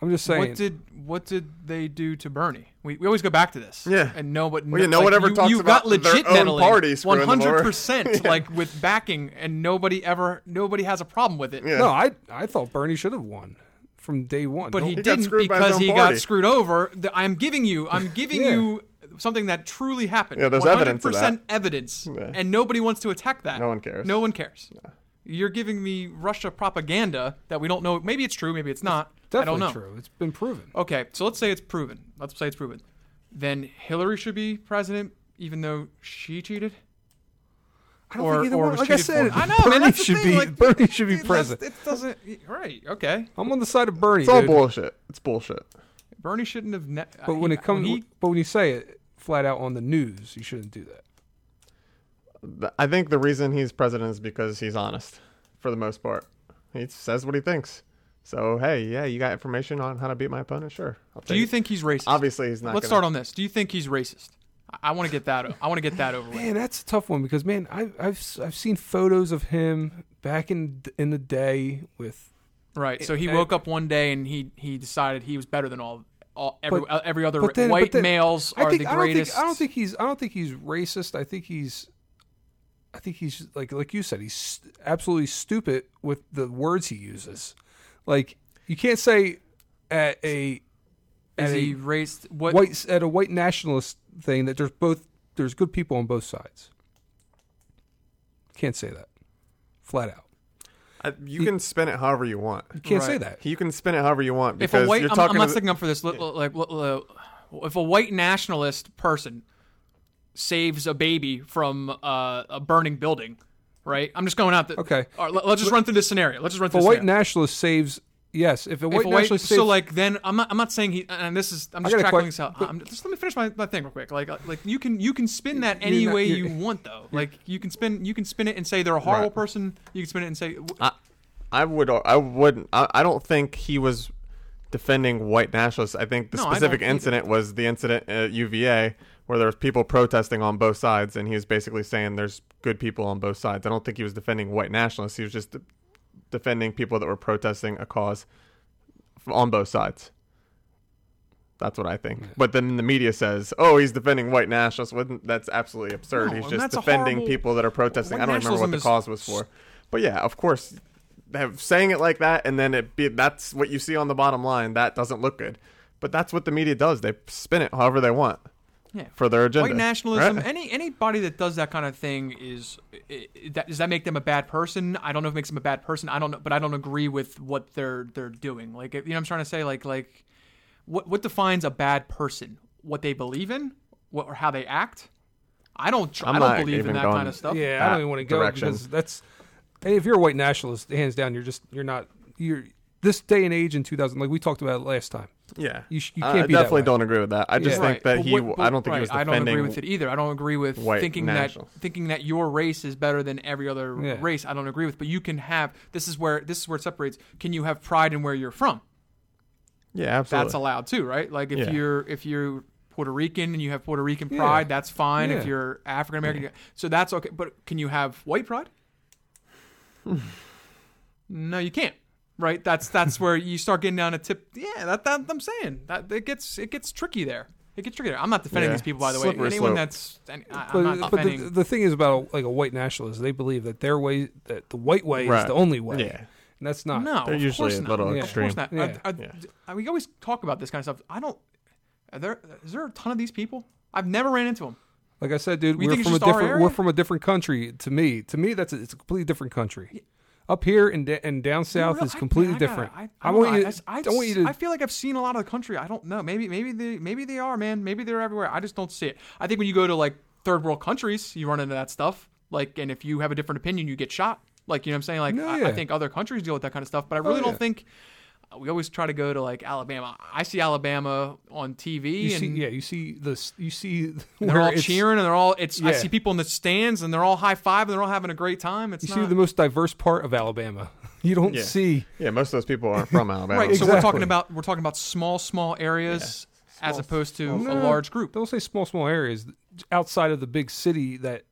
I'm just saying. What did what did they do to Bernie? We, we always go back to this. Yeah. And no, but Well, yeah, no one ever you, talks you about got legit their own meddling, party screwing them over. 100% like with backing and nobody ever nobody has a problem with it. Yeah. no, I I thought Bernie should have won from day one. But he, He got didn't screwed by his because own he party. got screwed over. Th- I'm giving you, I'm giving Yeah. you something that truly happened. Yeah, there's evidence of 100% evidence, Yeah. and nobody wants to attack that. No one cares. No one cares. You're giving me Russia propaganda that we don't know. Maybe it's true, maybe it's not. I definitely don't know. Oh, true. It's been proven. Okay, so let's say it's proven. Let's say it's proven. Then Hillary should be president, even though she cheated. I don't or- think either or one. was Like I cheated said, for. I know, man, Bernie that's the should thing, be like, Bernie should be Dude, president. that's- It doesn't. Right. Okay. I'm on the side of Bernie. It's all dude. bullshit. It's bullshit. Bernie shouldn't have. Ne- But when he- it comes, he- but when you say it flat out on the news, you shouldn't do that. Th- I think the reason he's president is because he's honest for the most part. He says what he thinks. So, hey, yeah, you got information on how to beat my opponent? Sure. I'll do take you it. think he's racist? Obviously, he's not Let's gonna- start on this. Do you think he's racist? I, I want to get that. o- I want to get that over with. Man, that's a tough one because man, I, I've s- I've seen photos of him back in in the day with Right. So he I- woke up one day and he he decided he was better than all all every But- every other but then- but white then- males are the greatest. I don't, think, I don't think he's. I don't think he's racist. I think he's. I think he's like like you said. He's st- absolutely stupid with the words he uses. Like you can't say at a at is a he raced what white at a white nationalist thing that there's both there's good people on both sides. Can't say that, flat out. I- you can spin it however you want. Can't say Right. that. You can spin it however you want if because a white you're I'm, I'm talking not to the- sticking up for this li- li- like li- li- if a white nationalist person saves a baby from uh, a burning building, right? I'm just going out the Okay. All right, let- let's just run through this scenario. Let's just run If through a this white scenario. nationalist saves yes, if it If wouldn't a white- actually save, so like then I'm not, I'm not saying he and this is I'm I just got a tracking que- this out. I'm, just let me finish my, my thing real quick. Like uh, like you can you can spin that any You're not- way you're- you want though. Like you can spin you can spin it and say they're a horrible person. You can spin it and say w- I, I would. uh, I wouldn't. I, I don't think he was defending white nationalists. I think the No, I don't specific either. incident was the incident at UVA where there was people protesting on both sides, and he was basically saying there's good people on both sides. I don't think he was defending white nationalists. He was just de- defending people that were protesting a cause f- on both sides. That's what I think. But then the media says, "Oh, he's defending white nationalists." Wouldn't that's absolutely absurd? No, he's and just that's a defending horrible- people that are protesting. White I don't remember what nationalism the is cause was for. But yeah, of course, have saying it like that, and then it be that's what you see on the bottom line. That doesn't look good, but that's what the media does. They spin it however they want yeah. for their agenda. White nationalism. right? Any anybody that does that kind of thing is i- i- that does that make them a bad person? I don't know if it makes them a bad person. I don't know, but I don't agree with what they're they're doing. Like you know, what I'm trying to say like like what what defines a bad person? What they believe in, what or how they act. I don't tr- I'm I don't not believe in even that going- kind of stuff. yeah, I Oh, that don't even want to go direction. because that's. And if you're a white nationalist, hands down, you're just you're not you're this day and age in 2000. Like we talked about it last time. Yeah, You sh- you I- can't I be that definitely way. don't agree with that. I just Yeah. think that But he. what- w- but- I don't think he was right, I don't defending. agree with it either. I don't agree with white thinking nationalists. that thinking that your race is better than every other Yeah. race. I don't agree with. But you can have this is where this is where it separates. Can you have pride in where you're from? Yeah, absolutely. That's allowed too, right? Like if Yeah. you're if you're Puerto Rican and you have Puerto Rican pride, that's fine. If Yeah. you're African American, so that's okay. But can you have white pride? Hmm. no, you can't. Right? That's that's where you start getting down a tip. Yeah, that, that I'm saying that it gets it gets tricky there. It gets tricky there. I'm not defending Yeah. these people by the Slippery way. Anyone slope. that's any, I, I'm But, not but defending. the, the thing is about like a white nationalist, they believe that their way, that the white way Right. is the only way. Yeah. and that's not. No, They're of usually course a not. little Of extreme. course not. Yeah. Are- are- Yeah. I- we always talk about this kind of stuff. I don't. Are there is there a ton of these people? I've never ran into them. Like I said, dude, we We are think it's from a just our different area? we're from a different country. To me, to me, that's a, it's a completely different country. Up here and da- and down south is completely different. I, I want you. I, I want you to. I feel like I've seen a lot of the country. I don't know. Maybe maybe they maybe they are, man. Maybe they're everywhere. I just don't see it. I think when you go to like third world countries, you run into that stuff. Like, and if you have a different opinion, you get shot. Like, you know what I'm saying? Like, No, I, I yeah. Oh, think other countries deal with that kind of stuff, but I really don't yeah. think. uh, We always try to go to like Alabama. I see Alabama on TV, you and see, yeah, you see this. You see And they're where all it's- cheering and they're all it's I Yeah. see people in the stands and they're all high five and they're all having a great time. It's You not see the most diverse part of Alabama. You don't Yeah. see. Yeah, most of those people aren't from Alabama. right. So we're talking Exactly. about we're talking about small small areas as opposed to small- a No. large group. Don't say small, small areas outside of the big city that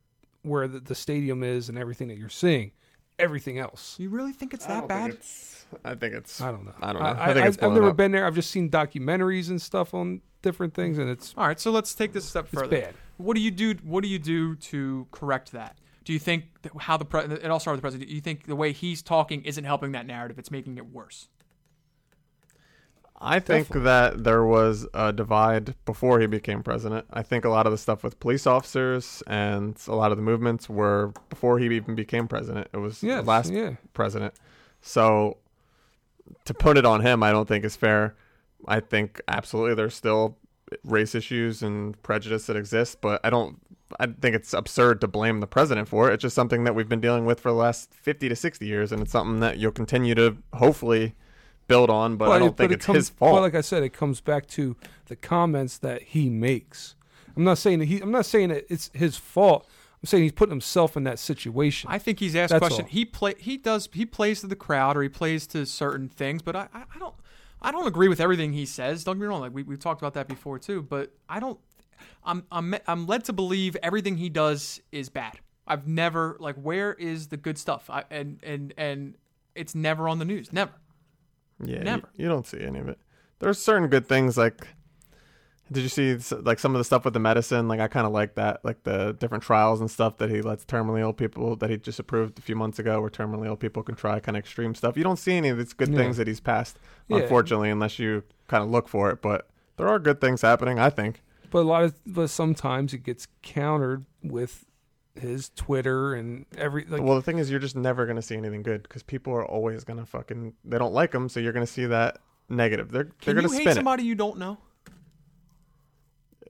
where the, the stadium is and everything that you're seeing. Everything else, Do you really think it's I that don't bad? Think it's, I think it's. I don't know. I don't know. I, I, think it's. have blown never up. been there. I've just seen documentaries and stuff on different things, and it's All right, so let's take this a step further. bad. What do you do? What do you do to correct that? Do you think that how the pre- it all started with the president? Do you think the way he's talking isn't helping that narrative? It's making it worse. I think that there was a divide before he became president. I think a lot of the stuff with police officers and a lot of the movements were before he even became president. It was Yes, the last yeah. president. So to put it on him, I don't think is fair. I think absolutely there's still race issues and prejudice that exist, but I don't. I think it's absurd to blame the president for it. It's just something that we've been dealing with for the last 50 to 60 years, and it's something that you'll continue to hopefully build on. But I it- don't think it it's comes, his fault. But like I said, it comes back to the comments that he makes. I'm not saying that he. I'm not saying that it's his fault. I'm saying he's putting himself in that situation. I think he's asked That's question. all. He play he does he plays to the crowd or he plays to certain things, but I, I, I don't I don't agree with everything he says. Don't get me wrong, like we we've talked about that before too, but I don't I'm I'm I'm led to believe everything he does is bad. I've never like where is the good stuff? I, and and and it's never on the news. Never. Yeah, you- Never. You, don't see any of it. There's certain good things like. Did you see s- like some of the stuff with the medicine? Like I kind of like that, like the different trials and stuff that he lets terminally ill people that he just approved a few months ago, where terminally ill people can try kind of extreme stuff. You don't see any of these good Yeah. things that he's passed, Yeah. unfortunately, unless you kind of look for it. But there are good things happening, I think. but a lot of but sometimes it gets countered with his Twitter and every like. well, the thing is, you're just never gonna see anything good because people are always gonna fucking they don't like him, so you're gonna see that negative. They're Can they're you gonna hate spin somebody you don't know?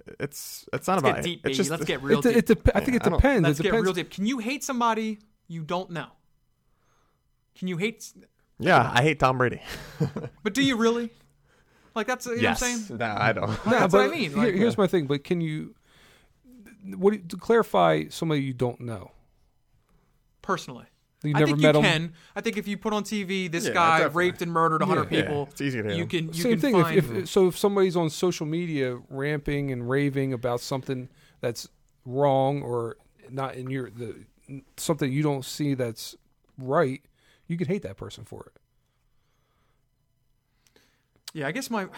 it. It's it's not Let's about get it. deep, It's baby. just Let's get real it, de- deep. it dep- I think Yeah, it I don't- depends. Let's it get depends. real deep. Can you hate somebody you don't know? Can you hate? Yeah, I hate Tom Brady. But do you really? Like that's you know yes. what I'm saying. No, I don't. Like, Yeah, that's but what I mean. here- Like, here's my thing. But can you, what do you- to clarify somebody you don't know? personally, You I never think met you 'em? can. I think if you put on TV this Yeah, guy definitely. raped and murdered 100 Yeah. people, It's easy to you handle. can you Same can thing. find If, if, so if somebody's on social media ramping and raving about something that's wrong or not in your the something you don't see that's right, you could hate that person for it. Yeah, I guess my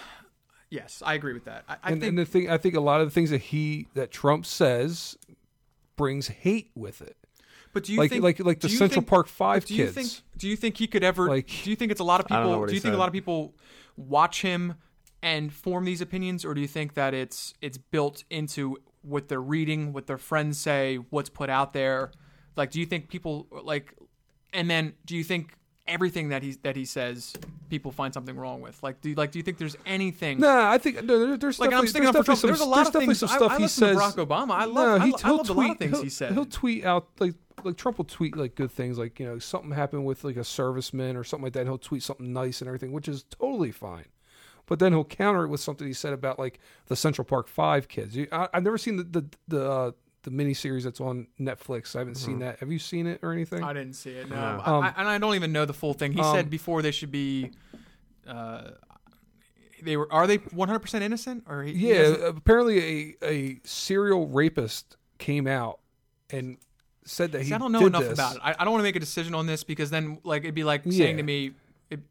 yes, I agree with that. I, I and, think and the thing I think a lot of the things that he that Trump says brings hate with it. But do you Like- think like- like the do you Central think- Park Five but do you kids. Think, do you think he could ever? Like- do you think it's a lot of I don't know people? what Do he you think a said. lot of people watch him and form these opinions, or do you think that it's it's built into what they're reading, what their friends say, what's put out there? Like, do you think people like? And then, do you think everything that he that he says, people find something wrong with? Like, do you, like do you think there's anything? Nah, I think no, there- there's Like, I'm definitely, sticking there's up for definitely Trump. some, There's a lot of definitely things- some I- stuff I he listen to says. Barack Obama. I love- no, I he, lo- I he'll loved a tweet, lot of things he'll- he said. He'll tweet out like like Trump will tweet like good things, like you know something happened with like a serviceman or something like that. and He'll tweet something nice and everything, which is totally fine. But then he'll counter it with something he said about like the Central Park Five kids. You, I, I've never seen the the the, uh, the miniseries that's on Netflix. I haven't seen that. Have you seen it or anything? Mm-hmm. I didn't see it. No, No. I, I, and I don't even know the full thing. He um, said before they should be. Uh, they were. Are they 100 percent innocent? Or he, he Yeah, uh, doesn't- apparently a, a serial rapist came out and said that he. See, I don't know did enough this. about it. I, I don't want to make a decision on this because then, like, it'd be like Yeah. saying to me, it,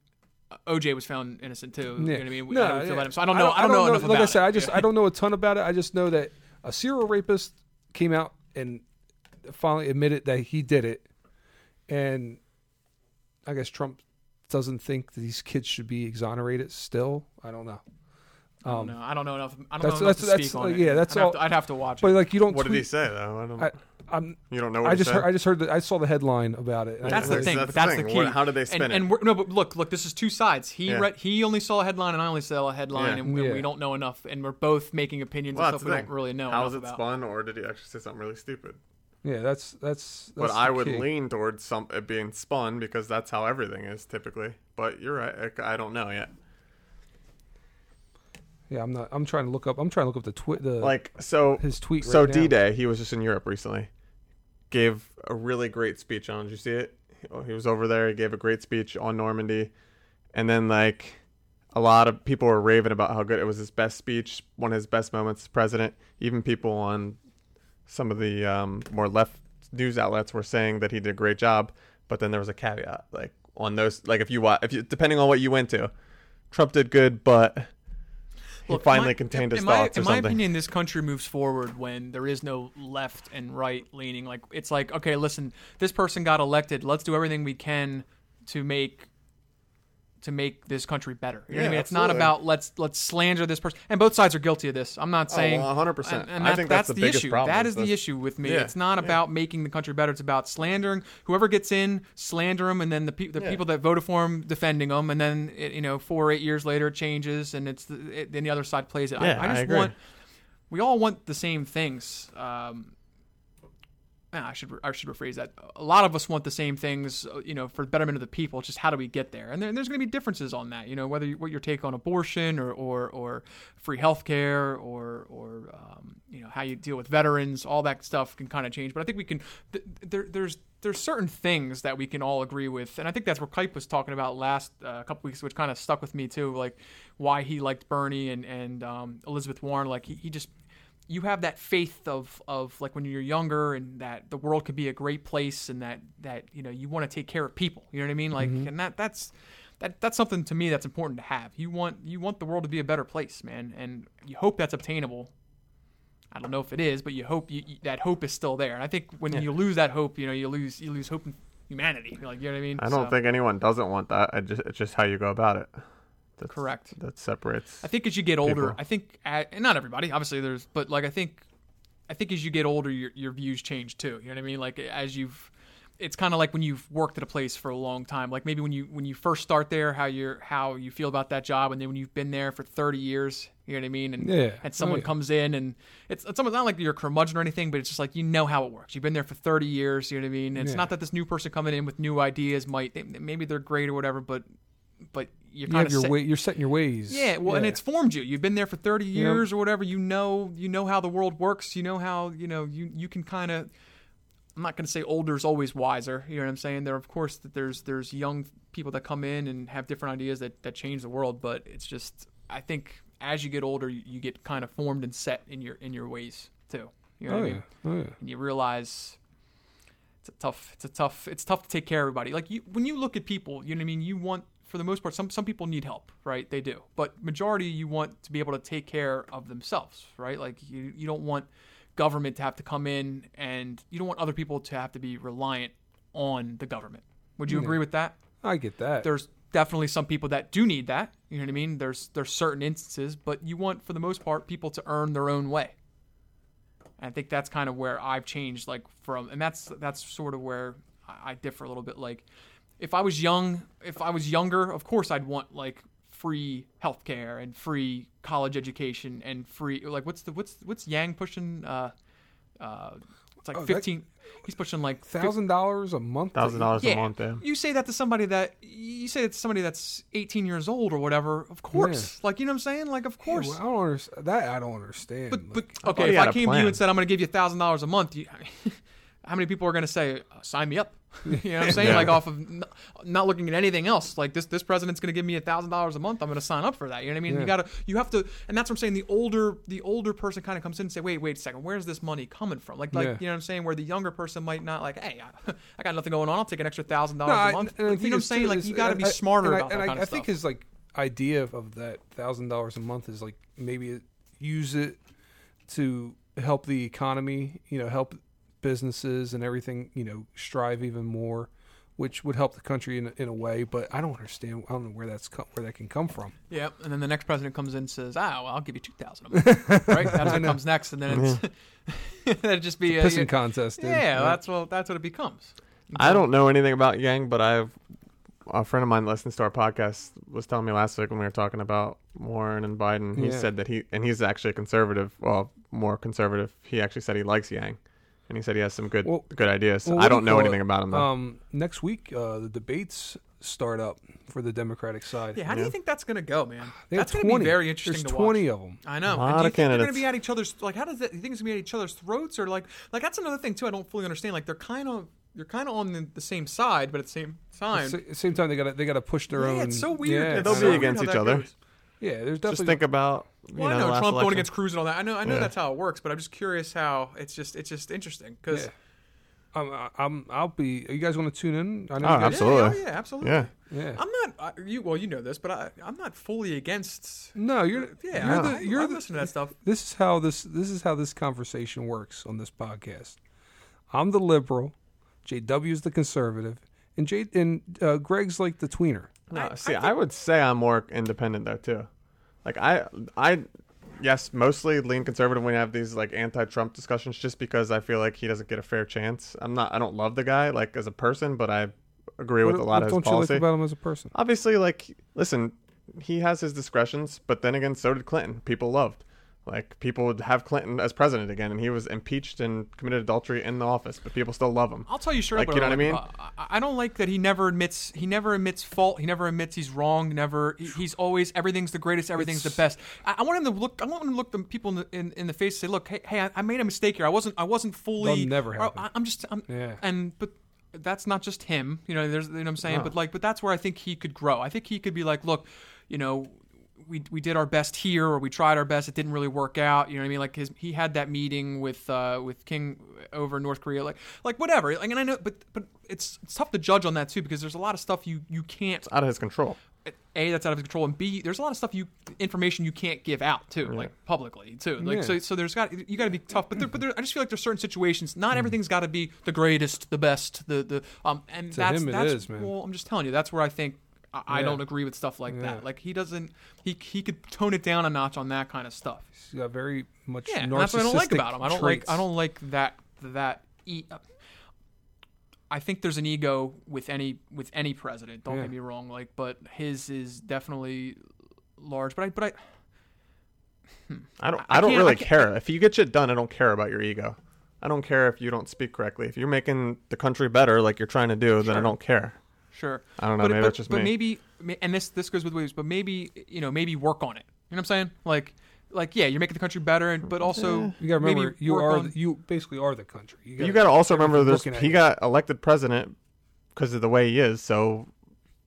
OJ was found innocent too. You know what I mean? No, How do we feel yeah. about him? So I don't know. I don't, know, enough Like about I said, it. I just I don't know a ton about it. I just know that a serial rapist came out and finally admitted that he did it, and I guess Trump doesn't think that these kids should be exonerated. Still, I don't know. Um, I don't know. I don't know enough. I don't That's- know enough to that's- speak that's, on like, it. yeah, that's I'd all- Have to, I'd have to watch But it. like you don't. What did he tweet, say though? I don't. I, I'm. you don't know. What I he just said? heard. I just heard. The, I saw the headline about it. and I That's the realized- thing. that's but the that's the thing. key. What- how did they spin and, it? And we're, no, but look, look. This is two sides. He Yeah. read. He only saw a headline, and I only saw a headline, Yeah. and, and Yeah. we don't know enough. And we're both making opinions Well, and that's stuff the we thing. don't really know. How enough was it about. spun, or did he actually say something really stupid? Yeah, that's that's. But that's I the would key. lean towards some it being spun because that's how everything is typically. But you're right. I I don't know yet. Yeah, I'm not. I'm trying to look up. I'm trying to look up the tweet. The Like so, his tweet. so right now. D-Day, he was just in Europe recently. Gave a really great speech on. Did you see it? Oh, He was over there. He gave a great speech on Normandy, and then like a lot of people were raving about how good it was. His best speech, one of his best moments as president. Even people on some of the um, more left news outlets were saying that he did a great job. But then there was a caveat, like on those, like if you watch, if you depending on what you went to, Trump did good, but he Look, finally my- contained in his my, thoughts in or my something. opinion, this country moves forward when there is no left and right leaning. Like it's like, okay, listen, this person got elected. Let's do everything we can to make to make this country better. You know what I Yeah, mean? It's not absolutely. about let's let's slander this person. And both sides are guilty of this. I'm not saying Oh, well, 100%. And, and I that- think that's, that's the, the biggest issue. problem That is is the this- issue with me. Yeah, It's not yeah. about making the country better. It's about slandering whoever gets in, slander them, and then the, pe- the Yeah. people that voted for him defending them, and then it, you know four or eight years later it changes, and it's the, it, then the other side plays it. I- Yeah, I, I just agree. want we all want the same things. Um, nah, ah, I should I should rephrase that. A lot of us want the same things, uh, you know, for the betterment of the people. It's just how do we get there? And, there, there's going to be differences on that, you know, whether you, what your take on abortion or or, or free healthcare or or um, you know how you deal with veterans, all that stuff can kind of change. But I think we can. Th- there, there's there's certain things that we can all agree with, and I think that's what Kipe was talking about last uh, couple weeks, which kind of stuck with me too, like why he liked Bernie and and um, Elizabeth Warren. Like he, he just you have that faith of of like when you're younger and that the world could be a great place and that that you know you want to take care of people you know what i mean like Mm-hmm. and that that's that that's something to me that's important to have you want you want the world to be a better place man and you hope that's obtainable i don't know if it is but you hope you, you- that hope is still there and i think when you lose that hope you know you lose you lose hope in humanity like you know what i mean I don't So, think anyone doesn't want that. I just it's just how you go about it. That's, correct That separates. I think as you get older, people. I think at, and not everybody, obviously there's, but like I think, I think as you get older, your your views change too. You know what I mean? Like as you've, it's kind of like when you've worked at a place for a long time. Like maybe when you when you first start there, how you're how you feel about that job, and then when you've been there for thirty years, You know what I mean? And Yeah. Oh, and someone yeah. comes in and it's it's almost not like you're a curmudgeon or anything, but it's just like you know how it works. You've been there for 30 years. You know what I mean? It's Yeah. not that this new person coming in with new ideas might they, maybe they're great or whatever, but but you're You kind have of your set- way. You're setting your ways. yeah, well, and it's formed you. You've been there for thirty know? years or whatever. You know, you know how the world works. You know how you know you you can kind of. I'm not going to say older is always wiser. You know what I'm saying? There, of course, that there's there's young people that come in and have different ideas that that change the world. But it's just, I think, as you get older, you, you get kind of formed and set in your in your ways too. You know Oh what I yeah. mean? Oh yeah. and you realize it's a tough it's a tough it's tough to take care of everybody like you when you look at people you know what i mean you want for the most part some some people need help right they do but majority you want to be able to take care of themselves right like you you don't want government to have to come in and you don't want other people to have to be reliant on the government would you agree with that I get that. there's definitely some people that do need that you know what i mean there's there's certain instances but you want for the most part people to earn their own way and i think that's kind of where i've changed like from and that's that's sort of where i I differ a little bit like if i was young if i was younger of course i'd want like free healthcare and free college education and free like what's the what's what's yang pushing uh uh it's like Oh, that- 15 he's pushing like fif- Thousand dollars a month. Thousand dollars a month. Yeah. you say that to somebody that you say it to somebody that's 18 years old or whatever. Of course, like you know what I'm saying. Like of Yeah, course. well, I don't understand. That I don't understand. but but Like, thought okay, he if I had a came to you plan. and said I'm going to give you thousand dollars a month, you, how many people are going to say uh, sign me up? you know what I'm saying? Yeah. Like off of n- not looking at anything else. Like this this president's going to give me thousand dollars a month. I'm going to sign up for that. You know what I mean? Yeah. You gotta you have to, and that's what I'm saying. The older the older person kind of comes in and say, wait wait a second, where's this money coming from? Like like Yeah. you know what I'm saying? Where the younger person might not like, hey, I, I got nothing going on. I'll take an extra thousand No, dollars I- a month. and I Like, you think know what I'm it's too- saying? Like it's- you got to and be I- smarter and I- about that and I- kind of I think stuff. his like idea of, of that thousand dollars a month is like maybe it- use it to help the economy, you know, help businesses and everything, you know, strive even more, which would help the country in, a- in a way. But I don't understand. I don't know where that's co- where that can come from. Yep, and then the next president comes in and says, "Ah, well, I'll give you two thousand a month." right? That's what comes next, and then it's that'd just be a, Pissing contest. yeah, Dude. yeah, that's well, that's what it becomes. I don't know anything about Yang, but I've a friend of mine that listens to our podcast was telling me last week when we were talking about Warren and Biden. He Yeah. said that he and he's actually a conservative, well, more conservative. He actually said he likes Yang, and he said he has some good Well- good ideas. well, what do I you don't know call it? anything about him though. Um, next week, uh, the debates start up for the Democratic side. Yeah, how do you think that's gonna go, man? They have That's gonna be very interesting There's to watch. twenty of them. I know. Lot And do you think they're of going to candidates. be at each other's like? How does that? You think it's going to be at each other's throats or like like that's another thing too. I don't fully understand. Like they're kind of you're kind of on the, the same side, but at the same time, At the same time, they got to they got to push their own. yeah, it's so weird. Yeah, It's they'll so be weird against how each that other. goes. yeah there's Just definitely think about you Well, know, I the know last Trump election. going against Cruz and all that. I know, I know Yeah. that's how it works, but I'm just curious how it's just it's just interesting because Yeah. I'm, I'm I'll be. Are you guys want to tune in? I know. Oh, you guys, Absolutely. yeah, yeah, absolutely. Yeah, yeah. I'm not I, you. Well, you know this, but I, I'm not fully against. no, you're. Yeah, you're I, the. You're I the, listen to that stuff. This is how this. This is how this conversation works on this podcast. I'm the liberal. JW's the conservative, and J and uh, Greg's like the tweener. No, I- see, I I, think- would say I'm more independent though too. Like I, I, yes, mostly lean conservative when I have these like anti-Trump discussions, just because I feel like he doesn't get a fair chance. I'm not, I don't love the guy like as a person, but I agree with a lot of his don't you policy. like about him as a person? Obviously, like listen, he has his discretions, but then again, so did Clinton. People loved. Like people would have Clinton as president again, and he was impeached and committed adultery in the office, but people still love him. I'll tell you straight Like, up. you know I what I don't mean? like about- I I don't like that he never admits. He never admits fault. He never admits he's wrong. Never. he- He's always everything's the greatest. Everything's the best. I, I want him to look. I want him to look the people in the, in, in the face and say, "Look, hey, hey, I, I made a mistake here. I wasn't. I wasn't fully. That'll never I- happen. I, I'm just. I'm, Yeah. And but that's not just him. You know. There's. You know what I'm saying. But like. But that's where I think he could grow. I think he could be like, look, you know. We, we did our best here, or we tried our best. It didn't really work out. You know what I mean? Like his, he had that meeting with uh, with King over in North Korea, like like whatever. Like, and I know, but but it's, it's tough to judge on that too because there's a lot of stuff you you can't Out of his control. a that's out of his control and b there's a lot of stuff you information you can't give out too like publicly too like Yeah. so so there's got you got to be tough but there, but there, I just feel like there's certain situations Mm-hmm. not everything's got to be the greatest the best the the um and that's him it that's is, man. well I'm just telling you that's where I think I, I Yeah. don't agree with stuff like Yeah. that like he doesn't he he could tone it down a notch on that kind of stuff He's got very much yeah, and narcissistic that's what I don't like about him. I don't traits. like I don't like that that. E- I think there's an ego with any with any president. Don't Yeah. get me wrong, like, but his is definitely large. But I but I I don't. I I, don't can't- I really can't- care if you get shit done. I don't care about your ego. I don't care if you don't speak correctly. If you're making the country better, like you're trying to do, then I Sure. don't care. Sure. I don't know, But, maybe but, that's just but me. maybe, ma- and this this goes with waves, but maybe you know, maybe work on it. You know what I'm saying? Like, like yeah, you're making the country better, and but also You gotta remember, maybe you work are on- the, you basically are the country. But you got to also remember everyone's this: looking at he you. got elected president because of the way he is. So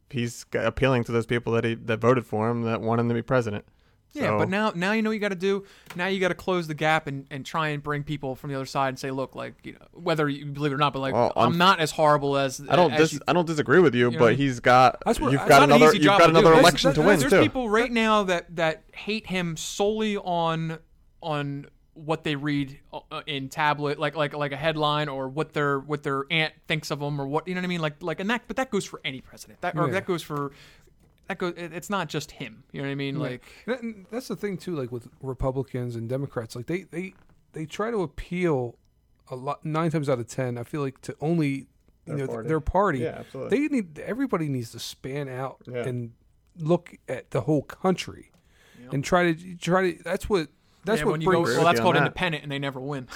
he's g- appealing to those people that he that voted for him that want him to be president. yeah. So- But now now you know what you got to do. Now you got to close the gap and and try and bring people from the other side and say, look, like you know, whether you believe it or not, but like Well, I'm, I'm- not as horrible as I don't as dis- you I don't disagree with you, know what I but mean? he's got That's what- you've it's got not an another easy you've job got to do. another There's- election there- to win there's too. people right now that that hate him solely on on what they read uh, in tablet, like like like a headline or what their what their aunt thinks of them or what you know what I mean. Like like and that, but that goes for any president. That or Yeah. that goes for that goes. it- It's not just him. You know what I mean? Like And that- and that's the thing too, like with Republicans and Democrats, like they they they try to appeal a lot nine times out of ten. I feel like to only you know th- party. their party. Yeah, absolutely. They need everybody needs to span out Yeah. and look at the whole country and try to try to. That's what that's yeah, what when you go, brings. well, with that's you on called that. independent, and they never win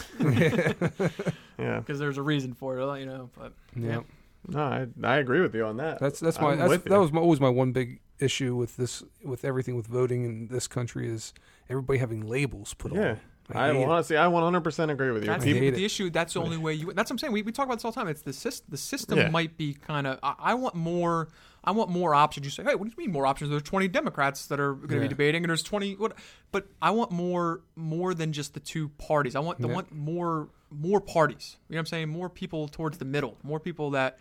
Yeah, because there's a reason for it. You know, but yeah. yeah. no, I, I agree with you on that. That's that's my I'm that's, with that you. was my, always my one big issue with this with everything with voting in this country is everybody having labels put yeah. on. I, hate it. honestly I 100 percent agree with you. That's I the, People- hate the it. issue. That's the only way you. That's what I'm saying. We, we talk about this all the time. It's the system. The system Yeah. might be kind of. I, I want more. I want more options. You say, hey, what do you mean more options? There's 20 Democrats that are going to be Yeah. debating, and there's 20. What? But I want more. More than just the two parties. I want. I Yeah. want more. More parties. You know what I'm saying? More people towards the middle. More people that.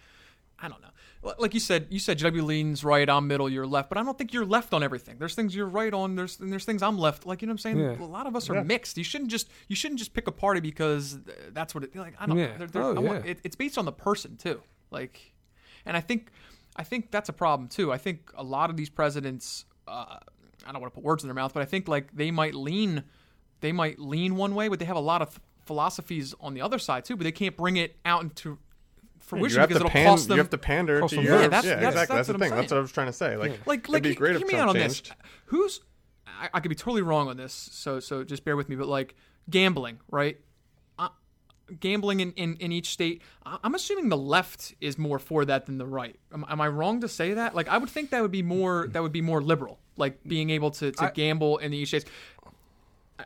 I don't know. L- Like you said, you said JW leans right, I'm middle, you're left, but I don't think you're left on everything. There's things you're right on, there's and there's things I'm left. Like you know what I'm saying? Yeah. A lot of us are mixed. You shouldn't just you shouldn't just pick a party because th- that's what it like. I don't. Yeah. there- there- Oh, I want- yeah. it, it's based on the person too. Like, and I think I think that's a problem too. I think a lot of these presidents, uh, I don't want to put words in their mouth, but I think like they might lean they might lean one way, but they have a lot of philosophies on the other side too. But they can't bring it out into You fruition have, because to it'll pan- cost them. you have to pander cost to them your. votes. Yeah, that's- that's- exactly. that's That's, the what I'm thing. That's saying. what I was trying to say. Like, like it'd like be he- great hear if me Trump out on changed. this who's I, I could be totally wrong on this so so just bear with me but like gambling right Uh, gambling in, in, in each state I- i'm assuming the left is more for that than the right am, am i wrong to say that like i would think that would be more that would be more liberal like being able to, to gamble in the each states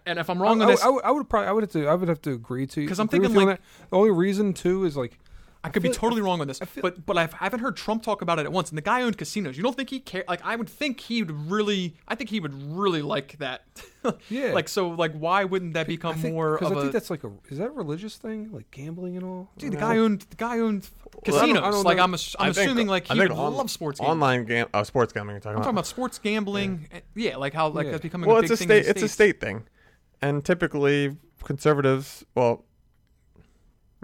and if i'm wrong on I, this I, would- I would probably I would have to I would have to agree to 'Cause I'm agree with thinking, you on like- that. the only reason too is like I could be totally wrong on this, feel- but but I've, I haven't heard Trump talk about it at once. And the guy owned casinos. You don't think he care? Like I would think he would really. I think he would really like that. Yeah. Like so. Like why wouldn't that become I think, more because of I think a? Mm-hmm. that's like a is that a religious thing like gambling and all? Dude, the guy owned the guy owned I casinos. don't- I don't like know. I'm, ass- I'm I think- assuming like I he think would on- love sports. Gambling. Online game, oh, sports gambling. You're I'm talking about. talking about sports gambling. and- Yeah, like how like Yeah. that's becoming well, a it's big a thing. in the state. It's a States. state thing, and typically conservatives. Well,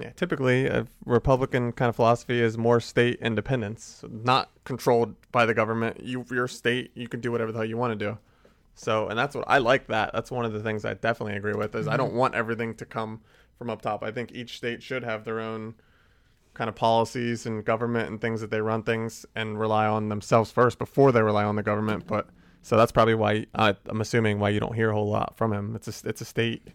yeah, typically a Republican kind of philosophy is more state independence, not controlled by the government. You, your state, you can do whatever the hell you want to do. So, and that's what I like. That that's one of the things I definitely agree with. Is Mm-hmm. I don't want everything to come from up top. I think each state should have their own kind of policies and government and things that they run things and rely on themselves first before they rely on the government. But so that's probably why I, I'm assuming why you don't hear a whole lot from him. It's a it's a state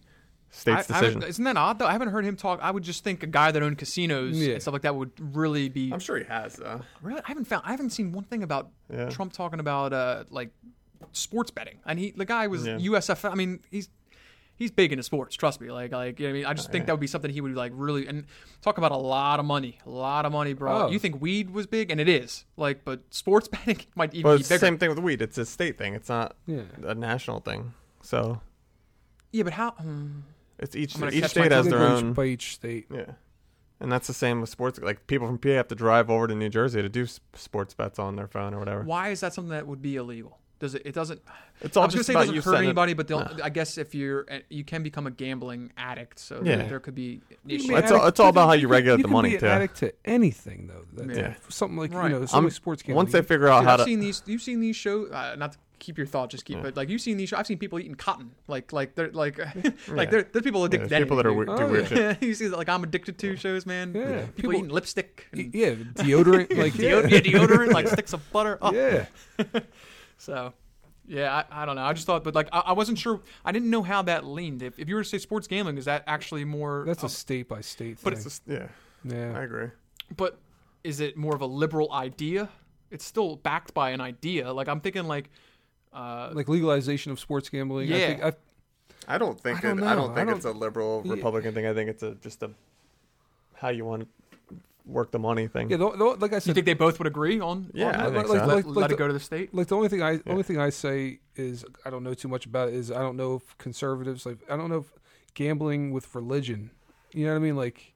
state's I- I haven't- decision. isn't that odd though? I haven't heard him talk. I would just think a guy that owned casinos Yeah. and stuff like that would really be I'm sure he has. Uh, Really, I haven't found. I haven't seen one thing about Yeah. Trump talking about uh like sports betting. And he, the guy was Yeah. USF. I mean, he's he's big into sports. Trust me. Like, like you know what I mean, I just think that would be something he would like really and talk about a lot of money, a lot of money, bro. Oh. You think weed was big, and it is. Like, but sports betting might even but be it's bigger. the same thing with weed. It's a state thing. It's not Yeah. a national thing. So Yeah, but how? hmm. it's each I'm gonna each catch my state has tongue. their own. by each state. Yeah. And that's the same with sports. Like people from PA have to drive over to New Jersey to do s- sports bets on their phone or whatever. why is that something that would be illegal? Does it? It doesn't. It's all I was just gonna say about it you doesn't hurt sending- anybody, but they'll- I guess if you're, eh, you can become a gambling addict, so Yeah. there, there could be. issues. mean That's all- it's all about how you could- regulate you the could money, be an too. Addict to anything though. That's Yeah. something like Right. you know something I'm- sports gambling. Once they figure out Dude, Oh, how I've to, seen these. You've seen these shows. Uh, not to keep your thought, just keep it. Like you've seen these. shows. I've seen people eating cotton. Like like they're like like they're, there's people Yeah, addicted. there's to people that are anything, dude. weird, do Oh, weird yeah. shit. dude. you see, that, like I'm addicted to shows, man. Yeah. people, People- eating lipstick, and yeah, deodorant like deo- yeah, deodorant, like sticks of butter. Oh, yeah. So Yeah, I, I don't know. I just thought, but like, I, I wasn't sure. I didn't know how that leaned. If, if you were to say sports gambling, is that actually more? That's a of- state by state but thing. it's Just- yeah, yeah. I agree. but is it more of a liberal idea? It's still backed by an idea. Like I'm thinking, like, uh, like legalization of sports gambling. I Yeah. think, I, I don't think I don't it, I know. don't I think don't- it's a liberal Yeah. Republican thing. I think it's a just a how you want to work the money thing. yeah, the, the, like I you said, think they both would agree on? Yeah, on I that? think like- so. let, like let the- it go to the state. like the only thing I Yeah. only thing I say is I don't know too much about it. Is I don't know if conservatives like I don't know if gambling with religion. You know what I mean? Like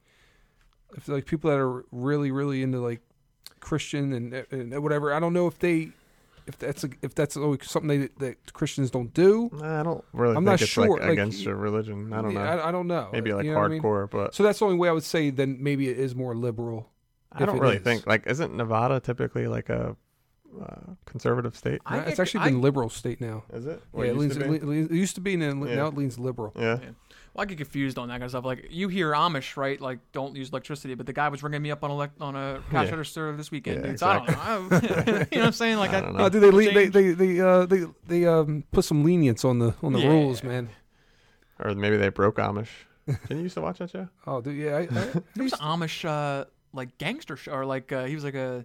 if like people that are really really into like Christian and, and whatever. I don't know if they if that's a, if that's always something they, that Christians don't do. Nah, I don't really. I'm think not it's sure, Like, like, against you- your religion, I don't know. Yeah, I, I don't know. Maybe like You know what I mean? hardcore, but So that's the only way I would say. Then maybe it is more liberal. I if don't it really is. think like isn't Nevada typically like a uh, conservative state? I it's get- actually I- been liberal state now. Is it? Or Yeah, it used leans, to it, be? le- it used to be, and then Yeah. now it leans liberal. yeah. Well, I get confused on that kind of stuff. Like you hear Amish, right? Like don't use electricity, but the guy was ringing me up on elect- on a cash Yeah. register this weekend. Yeah, dude, so I don't know. I- you know what I'm saying? Like I I, don't know. Oh, do they, le- they Change. they they uh, they they um put some lenience on the on the Yeah. rules, man? Or maybe they broke Amish. Didn't you used to watch that show? Oh, dude, yeah, I, I, I there was used an Amish uh, like gangster show, or like uh, he was like a.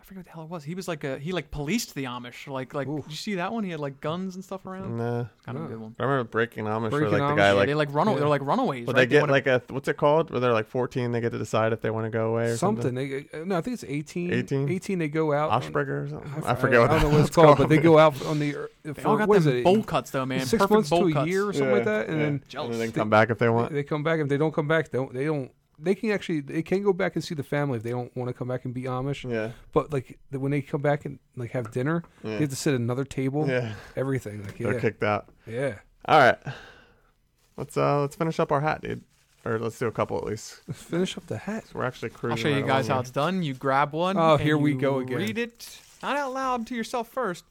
I forget what the hell it was. He was like a he like policed the Amish. Like like Ooh. did you see that one? He had like guns and stuff around. Nah. Kind of a No. good one. I remember breaking Amish where Breaking like the Amish, guy Yeah, Mm, like they like run. yeah. They're like runaways. Well, right? they get wanna- like a what's it called? Where they're like 14, they get to decide if they want to go away or to, something. something. They, uh, no, I think it's 18. 18? 18, They go out. on- Oshbreaker or something. I, f- forget what I don't the know what hell it's called, but they go out on the. er, they for- all got what is them it, bowl cuts though, man. Six Perfect months bowl to a cuts. year or something like Yeah, that, and yeah. then Jealous. And then come back if they want. they come back. If they don't come back, they don't. They don't they can actually they can go back and see the family if they don't want to come back and be Amish. Yeah. But like the- when they come back and like have dinner, they Yeah. have to sit at another table. yeah. Everything. Like They're yeah, kicked out. yeah. All right. Let's uh let's finish up our hat, dude. Or let's do a couple at least. Finish up the hat. So we're actually cruising. I'll show you right guys how along it's done. You grab one. Oh, and here we you go again. Read it not out loud to yourself first.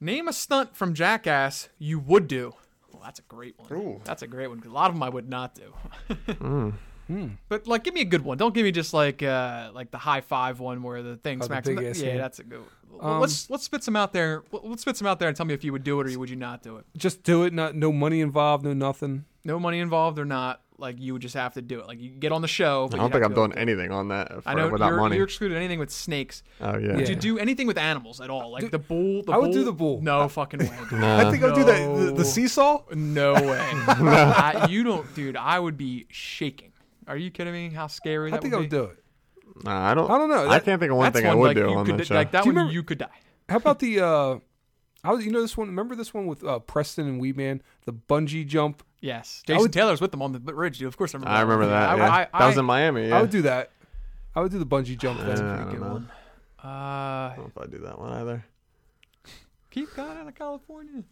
Name a stunt from Jackass you would do. Well, that's a great one. Ooh. That's a great one. 'cause A lot of them I would not do. Mm. Hmm. But like, give me a good one. Don't give me just like uh like the high five one where the Oh, thing the smacks. big in ass yeah, hand. that's a good. One. Um, let's let's spit some out there. let- Let's spit some out there and tell me if you would do it or you would you not do it. Just do it. Not no money involved. No nothing. No money involved or not. Like you would just have to do it. Like you get on the show. I But don't you'd think have I'm to go- doing anything on that for, I know without you're, money. you're excluded anything with snakes. Oh yeah. Would Yeah. you do anything with animals at all? Like Dude, the bull? The I would bull? do the bull. No fucking way. dude. I think I'll do that. The, No. the seesaw. No way. I, you don't, dude. I would be shaking. Are you kidding me? How scary I that think would I'll be? do it. Nah, I don't I don't know. I That- can't think of one That's thing one, I would like, do you on could, that show. Like that Do you one, remember- you could die. How about the? uh I was, you know this one. Remember this one with uh, Preston and Wee Man, the bungee jump. Yes, Jason would- Taylor's with them on the ridge, dude. Of course, I remember. I remember that. I, yeah. I, that was I- in Miami. Yeah. I would do that. I would do the bungee jump. Yeah, That's I pretty don't good know. one. Uh, I don't know if I'd do that one either. keep God out of California.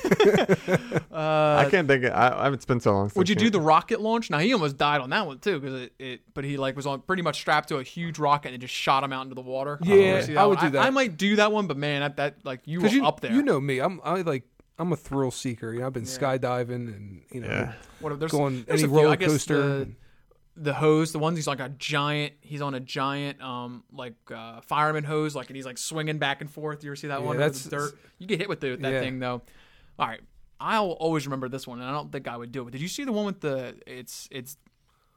I can't think. Of, I, I haven't spent so long. Since Uh, Would you I do can't- the rocket launch? Now he almost died on that one too, because it, it. But he like was on pretty much strapped to a huge rocket and just shot him out into the water. Yeah, wanna see I would do that. I, might do that one, but man, that, that like you were Because you up there. you know me. I'm I like I'm a thrill seeker. You know I've been skydiving and you know Yeah. What, there's, going there's any a few. I roller guess coaster. The, the hose, the ones he's like a giant. He's on a giant, um, like uh, fireman hose, like and he's like swinging back and forth. You ever see that Yeah, one? that's- That's dirt. You get hit with the, that Yeah. thing though. All right, I'll always remember this one, and I don't think I would do it. But did you see the one with the? It's it's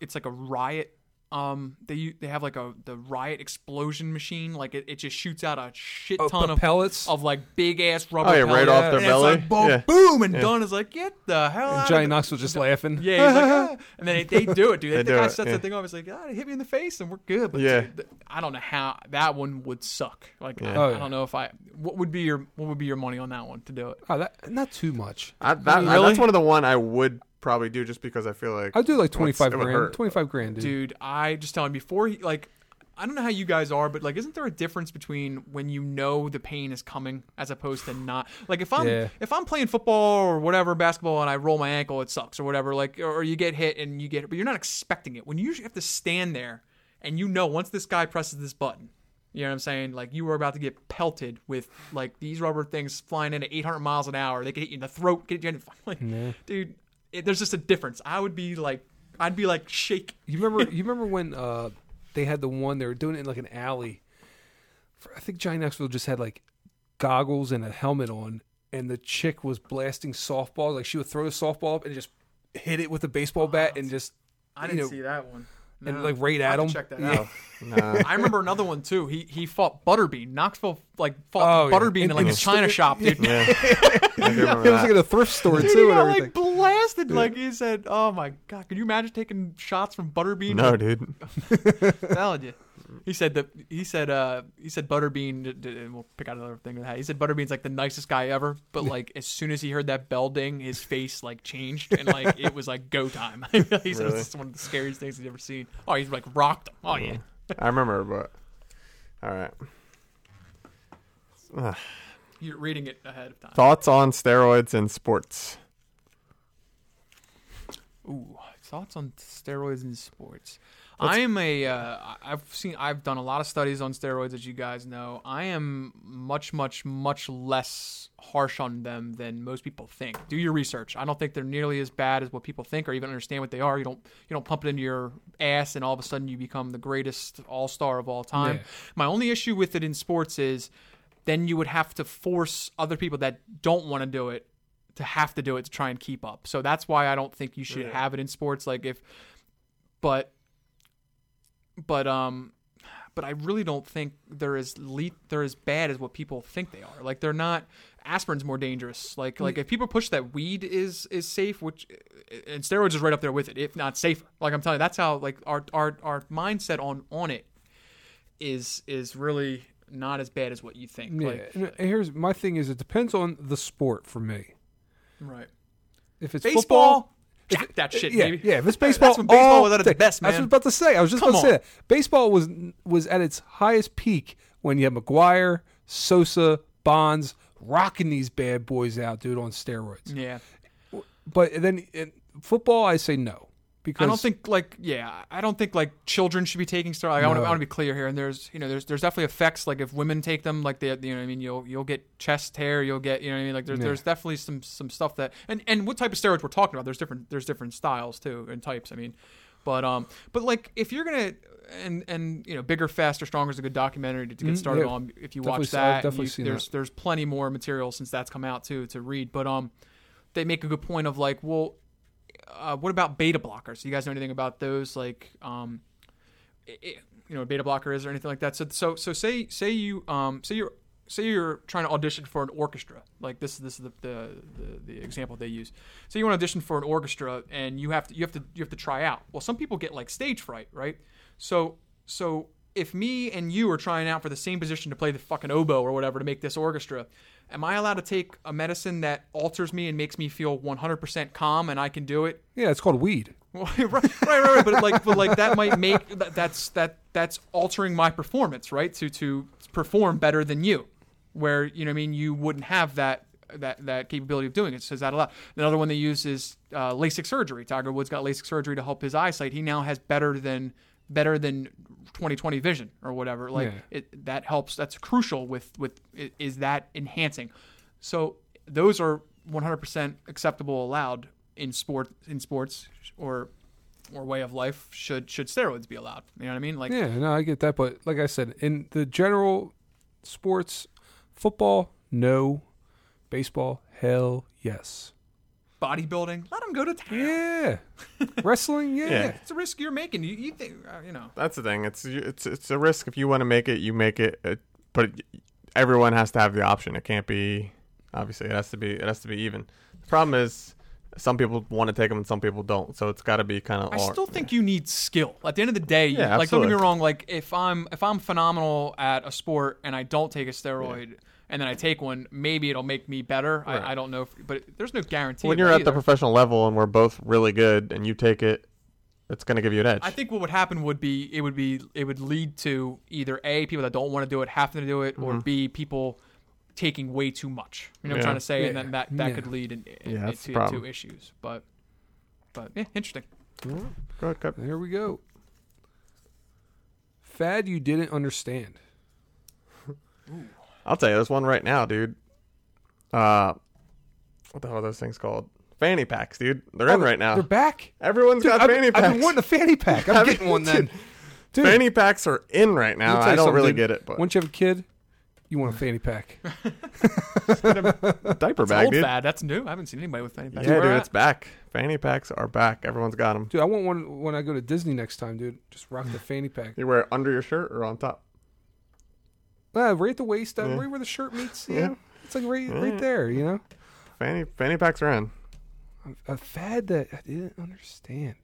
it's like a riot. Um, they u- they have like a the riot explosion machine. Like it, it just shoots out a shit Oh, ton the of pellets? of like big ass rubber. Oh yeah, right pellets. off their and belly. It's like boom, yeah. boom, and done. Is like get the hell out. of Johnny Knoxville just laughing. yeah, he's like, ah. and then they, they do it, dude. They, They the do guy it, sets yeah. that thing off. It's like, ah, it hit me in the face, and we're good. But Yeah. dude, th- I don't know how that one would suck. Like, I, Yeah. Oh, I yeah. don't know if I. What would be your What would be your money on that one to do it? Oh, that, not too much. I, that, Really? That's one of the one I would probably do just because I feel like I'd do like twenty five it would grand. hurt. Twenty five grand, dude. Dude, I just telling before he like. I don't know how you guys are, but like, isn't there a difference between when you know the pain is coming as opposed to not? Like, if I'm Yeah. if I'm playing football or whatever basketball and I roll my ankle, it sucks or whatever. Like, or, or you get hit and you get, hit, but you're not expecting it. When you have to stand there and you know once this guy presses this button, you know what I'm saying? Like, you were about to get pelted with like these rubber things flying in at 800 miles an hour. They could hit you in the throat, get you in the like, dude. It, there's just a difference. I would be like, I'd be like shake. You remember? you remember when uh, they had the one they were doing it in like an alley? For, I think Johnny Knoxville just had like goggles and a helmet on, and the chick was blasting softballs. Like she would throw the softball up and just hit it with a baseball bat and just I you didn't know, see that one. and No. like Ray I have to Adam. check that Yeah. out. Nah. I remember another one too. He he fought Butterbean. Knoxville like fought Oh, yeah. Butterbean in And- like and a it's- china shop, dude. Yeah. I do remember It was that. like at a thrift store Dude, too, he and got everything. like blasted. Like he said, "Oh my god, can you imagine taking shots from Butterbean?" no, dude. I'm telling you. He said that he said uh he said Butterbean. d- d- And we'll pick out another thing with that. He said Butterbean's like the nicest guy ever, but like as soon as he heard that bell ding, his face like changed and like it was like go time. he said it Really? was just one of the scariest things he's ever seen. Oh, he's like rocked. Him. Oh yeah. I remember, but all right. Ugh. You're reading it ahead of time. Thoughts on steroids in sports? Ooh, thoughts on steroids in sports. I am a. Uh, I- I've seen. I've done a lot of studies on steroids, as you guys know. I am much, much, much less harsh on them than most people think. Do your research. I don't think they're nearly as bad as what people think, or even understand what they are. You don't. You don't pump it into your ass, and all of a sudden you become the greatest all star of all time. Yeah. My only issue with it in sports is, then you would have to force other people that don't want to do it to have to do it to try and keep up. So that's why I don't think you should have it in sports. Like if, but, but um, but I really don't think they're as le- they're as bad as what people think they are. Like they're not. Aspirin's more dangerous. Like like if people push that weed is is safe, which and steroids is right up there with it, if not safer. Like I'm telling you, that's how like our our our mindset on on it is is really not as bad as what you think. Yeah. Like and here's my thing: is it depends on the sport for me. right. If it's baseball, football, jack that shit, yeah, baby. yeah. If it's baseball, That's when baseball all was at its day. That's best, what I man. was about to say. I was just Come about to say on. that baseball was was at its highest peak when you had McGuire, Sosa, Bonds rocking these bad boys out, dude, on steroids. Yeah. But then in football, I say no because I don't think like yeah, I don't think like children should be taking steroids. Like, I want to No. I want to be clear here. And there's you know there's there's definitely effects. Like if women take them, like they you know what I mean you'll you'll get chest hair, you'll get you know what I mean like there's there's definitely some some stuff that and and what type of steroids we're talking about. There's different there's different styles too and types. I mean, but um but like if you're gonna and and you know bigger faster stronger is a good documentary to, to get Mm, started yeah. on if you Definitely watch saw- that I've and definitely you- seen there's there's plenty more material since that's come out too to read but um they make a good point of like well uh, what about beta blockers? You guys know anything about those? Like, um, i i you know, what a beta blocker is or anything like that. So, so, so say, say you, um, say you're, say you're trying to audition for an orchestra. Like this, this is the the, the, the example they use. So you want to audition for an orchestra, and you have to, you have to, you have to try out. Well, some people get like stage fright, right? So, so if me and you are trying out for the same position to play the fucking oboe or whatever to make this orchestra, am I allowed to take a medicine that alters me and makes me feel 100% calm and I can do it? yeah, it's called weed. Well, right, right, right, right. But like, but like that might make that, that's that that's altering my performance, right? To to perform better than you, where you know what I mean you wouldn't have that that that capability of doing it. So is that allowed? Another one they use is uh, LASIK surgery. Tiger Woods got LASIK surgery to help his eyesight. He now has better than better than 2020 vision or whatever. Like Yeah. it, that helps. That's crucial. With with i- is that enhancing? So those are 100% acceptable, allowed in sport in sports or or way of life. Should should steroids be allowed? You know what I mean? Like Yeah, no, I get that, but like I said, in the general sports, football, no, baseball, hell, yes. bodybuilding, let them go to town. Yeah, wrestling, yeah. Yeah. It's a risk you're making. You, you think uh, you know? That's the thing. It's it's it's a risk. If you want to make it, you make it. it but everyone has to have the option. It can't be obviously. It has to be. It has to be even. The problem is some people want to take them and some people don't. So it's got to be kind of. I still think you need skill. At the end of the day, you- Yeah, like don't get me absolutely. wrong, like if I'm if I'm phenomenal at a sport and I don't take a steroid and then I take one, maybe it'll make me better. Right. I, I don't know, if, but there's no guarantee. when of you're that at the either. professional level and we're both really good and you take it, it's going to give you an edge. I think what would happen would be it would be it would lead to either a people that don't want to do it having to do it, or b people taking way too much. You know what Mm-hmm. Yeah. I'm trying to say, and Yeah. then that that Yeah. could lead in, in, Yeah, that's the to, problem. to issues. But but yeah, interesting. Go ahead, Kev. There we go. Fad you didn't understand. I'll tell you, there's one right now, dude. Uh, what the hell are those things called? Fanny packs, dude. Oh, They're in right now. Oh, They're back. Everyone's Dude, got I've, fanny I've packs. been wanting a fanny pack. I'm I've getting been- one then. Fanny packs are in right Let now. me tell you I don't something, really dude. get it, but once you have a kid, you want a fanny pack. Diaper It's bag, old dude. fad. That's new. I haven't seen anybody with fanny Yeah, packs. dude, Where it's at? back. Fanny packs are back. Everyone's got them. Dude, I want one when I go to Disney next time, dude. Just rock the fanny pack. You wear it under your shirt or on top? Ah, right at the waist, down Yeah. right where the shirt meets. You Yeah. know? It's like right, right there, you know? Fanny fanny packs are in. A- A fad that I didn't understand.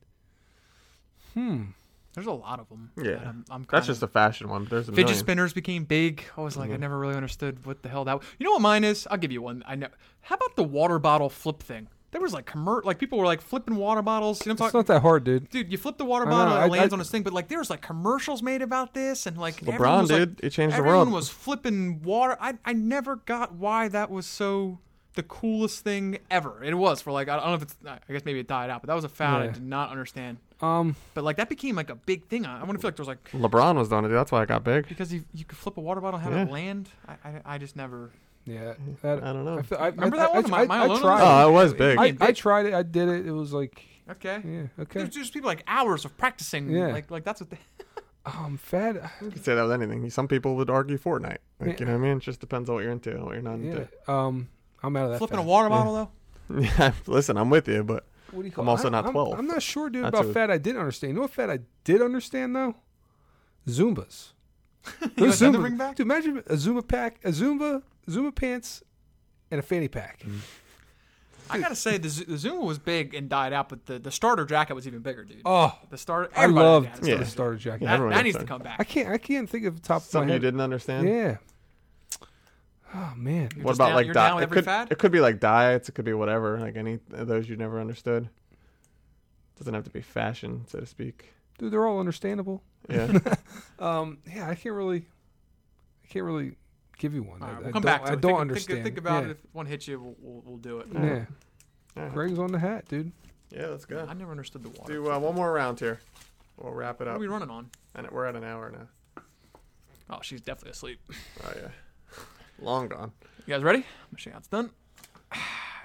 Hmm. There's a lot of them. Yeah. I'm, I'm That's kinda- just a fashion one. There's a Fidget million. Mm-hmm. spinners became big. I was like, I never really understood what the hell that. Was. You know what mine is? I'll give you one. I know. How about the water bottle flip thing? There was like commer- like people were like flipping water bottles. You know, what I'm It's talking- not that hard, dude. dude, you flip the water I know, bottle, and it I- lands I- on his thing. But like, there was like commercials made about this, and like everyone LeBron, was, like- dude, he changed the everyone world. was flipping water. I I never got why that was so the coolest thing ever. It was for like I don't know if it's I guess maybe it died out, but that was a found Yeah. I did not understand. Um, But like that became like a big thing. I, I want to feel like there was like LeBron was doing it. dude. That's why I got big. because you you could flip a water bottle and have it Yeah. land. I, I I just never. yeah. That, I don't know. I, feel- I- Remember I- that I- one? Am I- I, am I I alone on tried. that? Oh, it was big. I, I tried it. I did it. It was like, Okay. yeah, okay. There's just people like hours of practicing. Yeah. Like like that's what. They, Um, fad. You could say that with anything. Some people would argue Fortnite. Like, Yeah. you know what I mean? It just depends on what you're into and what you're not Yeah. into. Um, I'm out of that. flipping a fad. water bottle though. Yeah, listen, I'm with you, but What do you I'm also it? not 12. I'm, not sure, dude, That's about a- fat I did understand. You know what fat I did understand though? Zumbas. You Those want them to bring back? Dude, imagine a Zumba pack, a Zumba, Zumba pants, and a fanny pack. Mm-hmm. I gotta say the, Z- the Zuma was big and died out, but the, the starter jacket was even bigger, dude. Oh, the starter. I everybody loved had a the starter Yeah. jacket. starter jacket. Yeah. That, everyone that had needs to starter. come I back. can't. I can't think of the top of my something you head. didn't understand. Yeah. Oh man. What Just about down- like you're di- down with it every could fad? it could be like diets, it could be whatever, like any of those you never understood. Doesn't have to be fashion, so to speak. Dude, they're all understandable. Yeah. Um, yeah, I can't really, I can't really give you one. All I, right, I we'll come don't, back to I it. don't think, understand. Think, think about yeah. it. If one hits you, we'll, we'll, we'll do it. Yeah. Oh, All right. Greg's on the hat, dude. Yeah, let's go. I never understood the water. Do uh, one more round here. We'll wrap it what are up. we running on? And we're at an hour now. Oh, she's definitely asleep. Oh yeah. Long gone. You guys ready? I'm gonna show you how it's done.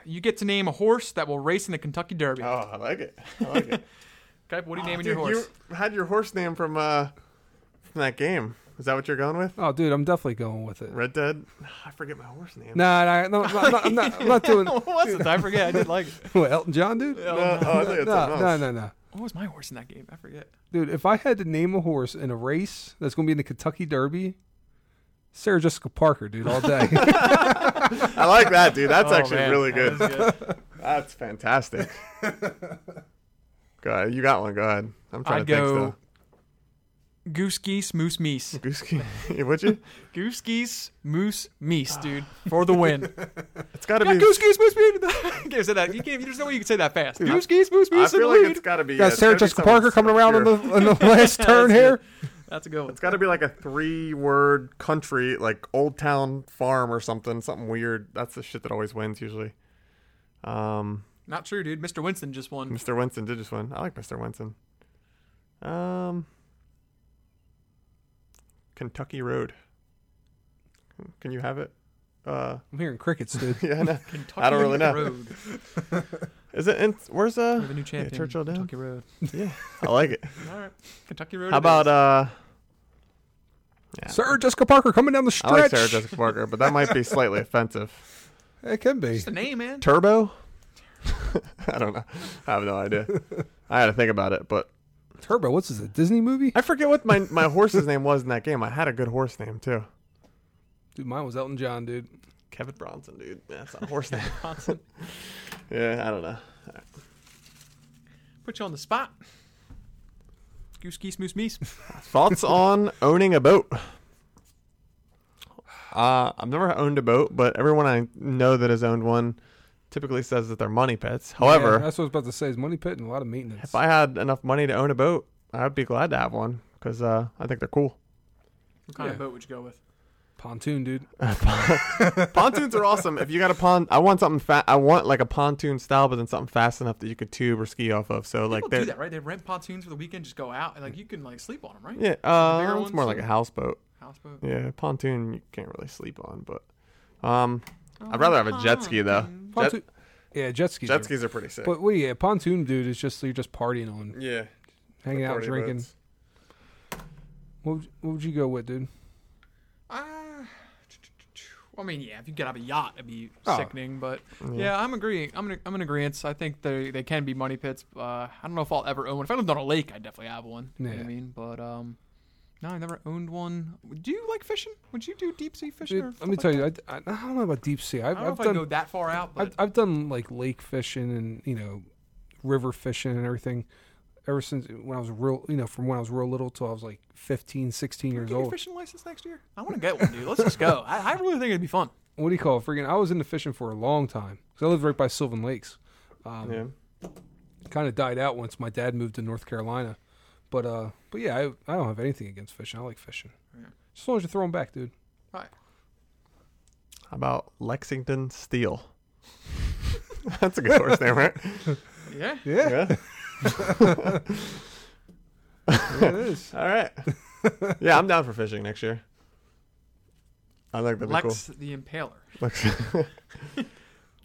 You get to name a horse that will race in the Kentucky Derby. Oh, I like it. I like it. okay, what are you naming Oh, your Dude, horse? You had your horse name from uh from that game. Is that what you're going with? Oh, dude, I'm definitely going with it. Red Dead? I forget my horse name. Nah, nah, no, I'm not- I'm not, I'm not, I'm not doing what was it? I forget. I did like. what, Elton John, dude. No, oh, I think it's no, something no, else. no, no, What was my horse in that game? I forget. dude. If I had to name a horse in a race that's going to be in the Kentucky Derby, Sarah Jessica Parker, dude, all day. I like that, dude. That's Oh, actually man. really That good. was good. That's fantastic. go ahead. You got one. Go ahead. I'm trying I'd to think go goose geese moose meese. still. Goose Would you? Goose geese moose meese, dude, for the win. It's got to yeah, be. goose geese moose meese. you can't say that. You can't. There's no way you can say that fast. Goose geese moose I meese. feel and like it's lead. got to be. Got it's Sarah gotta be Jessica something Parker coming around on obscure. the on the last turn here. That's a good one. It's got to be like a three-word country, like Old Town Farm or something. Something weird. That's the shit that always wins usually. Um, Not true, dude. Mr. Winston just won. Mr. Winston did just win. I like Mr. Winston. Um, Kentucky Road. Can you have it? Uh, I'm hearing crickets, dude. yeah, I know. Kentucky I don't really know. Road. Is it? In, where's We're uh? the new champion. Churchill Downs. Kentucky Road. I like it. All right. Kentucky Road. How it about is. uh? Yeah, Sarah Jessica Parker coming down the I like stretch. Sarah Jessica Parker, but that might be slightly offensive. it can be. Just a name, man. Turbo? I don't know. I have no idea. I had to think about it, but Turbo, what's this? A Disney movie? I forget what my my horse's name was in that game. I had a good horse name too. Dude, mine was Elton John, dude. Kevin Bronson, dude. That's not a horse name. Johnson. yeah, I don't know. Put you on the spot. Goose geese moose meese. Thoughts on owning a boat? Uh, I've never owned a boat, but everyone I know that has owned one typically says that they're money pits. However, Yeah, that's what I was about to say. Is money pit and a lot of maintenance. If I had enough money to own a boat, I'd be glad to have one because uh, I think they're cool. What kind of Yeah. boat would you go with? Pontoon, dude. Pontoons are awesome. If you got a pond, I want something fat. I want like a pontoon style, but then something fast enough that you could tube or ski off of. So like People do they're that, right? They rent pontoons for the weekend, just go out, and like you can like sleep on them, right? yeah, bigger uh, ones it's more or- like a houseboat. Houseboat. Yeah, pontoon you can't really sleep on, but um, I'd rather have a jet ski though. Jet, Pontoon. yeah, jet skis. jet are- skis are pretty sick. But wait, yeah, pontoon, dude, is just you're just partying on, yeah, hanging out, party drinking. boats. What would, what would you go with, dude? Ah, Well, I mean, yeah, if you get off a yacht, it'd be Oh. sickening. But yeah. I'm agreeing. I'm in, I'm in agreement. I think they they can be money pits. Uh, I don't know if I'll ever own one. If I lived on a lake, I definitely have one. You know what Yeah. I mean, but um, no, I never owned one. Do you like fishing? Would you do deep sea fishing? or Dude, let me stuff tell like you, that? I, I, I don't know about deep sea. I've, I don't know I've if I done go that far out, but I've, I've done like lake fishing and you know river fishing and everything ever since when I was real you know from when I was real little till I was like 15 16 years Get your old fishing license next year? I want to get one, dude. Let's just go. I, I really think it'd be fun. what do you call it freaking I was into fishing for a long time cuz I lived right by Sylvan Lakes um Yeah. kind of died out once my dad moved to North Carolina but uh but yeah I, I don't have anything against fishing I like fishing Yeah. just as long as you throw them back dude How about Lexington Steel? That's a good horse name, right? Yeah. yeah, Yeah. yeah it is All right. Yeah, I'm down for fishing next year. I think that'd be cool. Lex the Impaler. Lex. what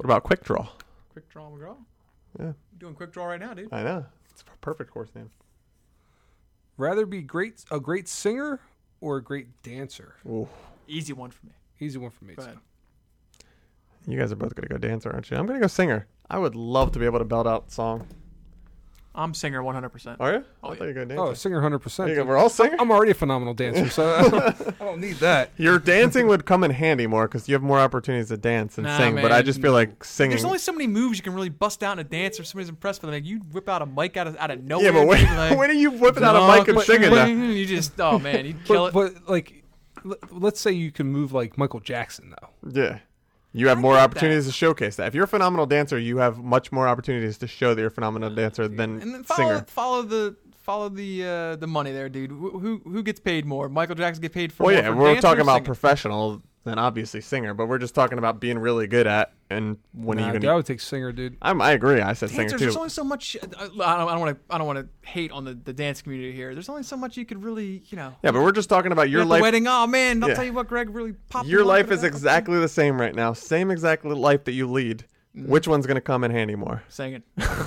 about Quick Draw? Quick draw McGraw. Yeah. Doing quick draw right now, dude. I know. It's a perfect horse name. rather be great a great singer or a great dancer Ooh. Easy one for me. easy one for me Go too. ahead. You guys are both gonna go dancer, aren't you? I'm gonna go singer. I would love to be able to belt out song. I'm singer 100%. Are you? Oh, I thought yeah. you were going Oh, dancer. singer 100%. There you go. dude. We're all singer. I'm already a phenomenal dancer, so I don't, I don't need that. Your dancing would come in handy more because you have more opportunities to dance and Nah, sing. But I man. just feel like singing. There's only so many moves you can really bust out in a dance if somebody's impressed with it. Like you whip out a mic out of, out of nowhere. yeah, but when, dude, like, when are you whipping out a mic and "Dog, singing? though? You just, oh man, you kill But, it. but like, l- let's say you can move like Michael Jackson, though. Yeah. You have more get that. opportunities to showcase that. If you're a phenomenal dancer, you have much more opportunities to show that you're a phenomenal dancer than and then follow singer. follow the follow the uh, the money there, dude. Wh- Who who gets paid more? Michael Jackson get paid for. Well, more yeah, for we're dance or talking about singing? professional than obviously singer, but we're just talking about being really good at and when Nah, are you dude, I going to. would take singer, dude. I'm, I agree. I said singer dancers. too. There's only so much. uh, I don't I don't want to I don't want to hate on the, the dance community here. There's only so much you could really you know. yeah, but we're just talking about your At the life. wedding. Oh man, I'll Yeah. tell you what, Greg really popped. Your him off life at is that. exactly the same right now. Same exact li- life that you lead. Mm. Which one's going to come in handy more? singing.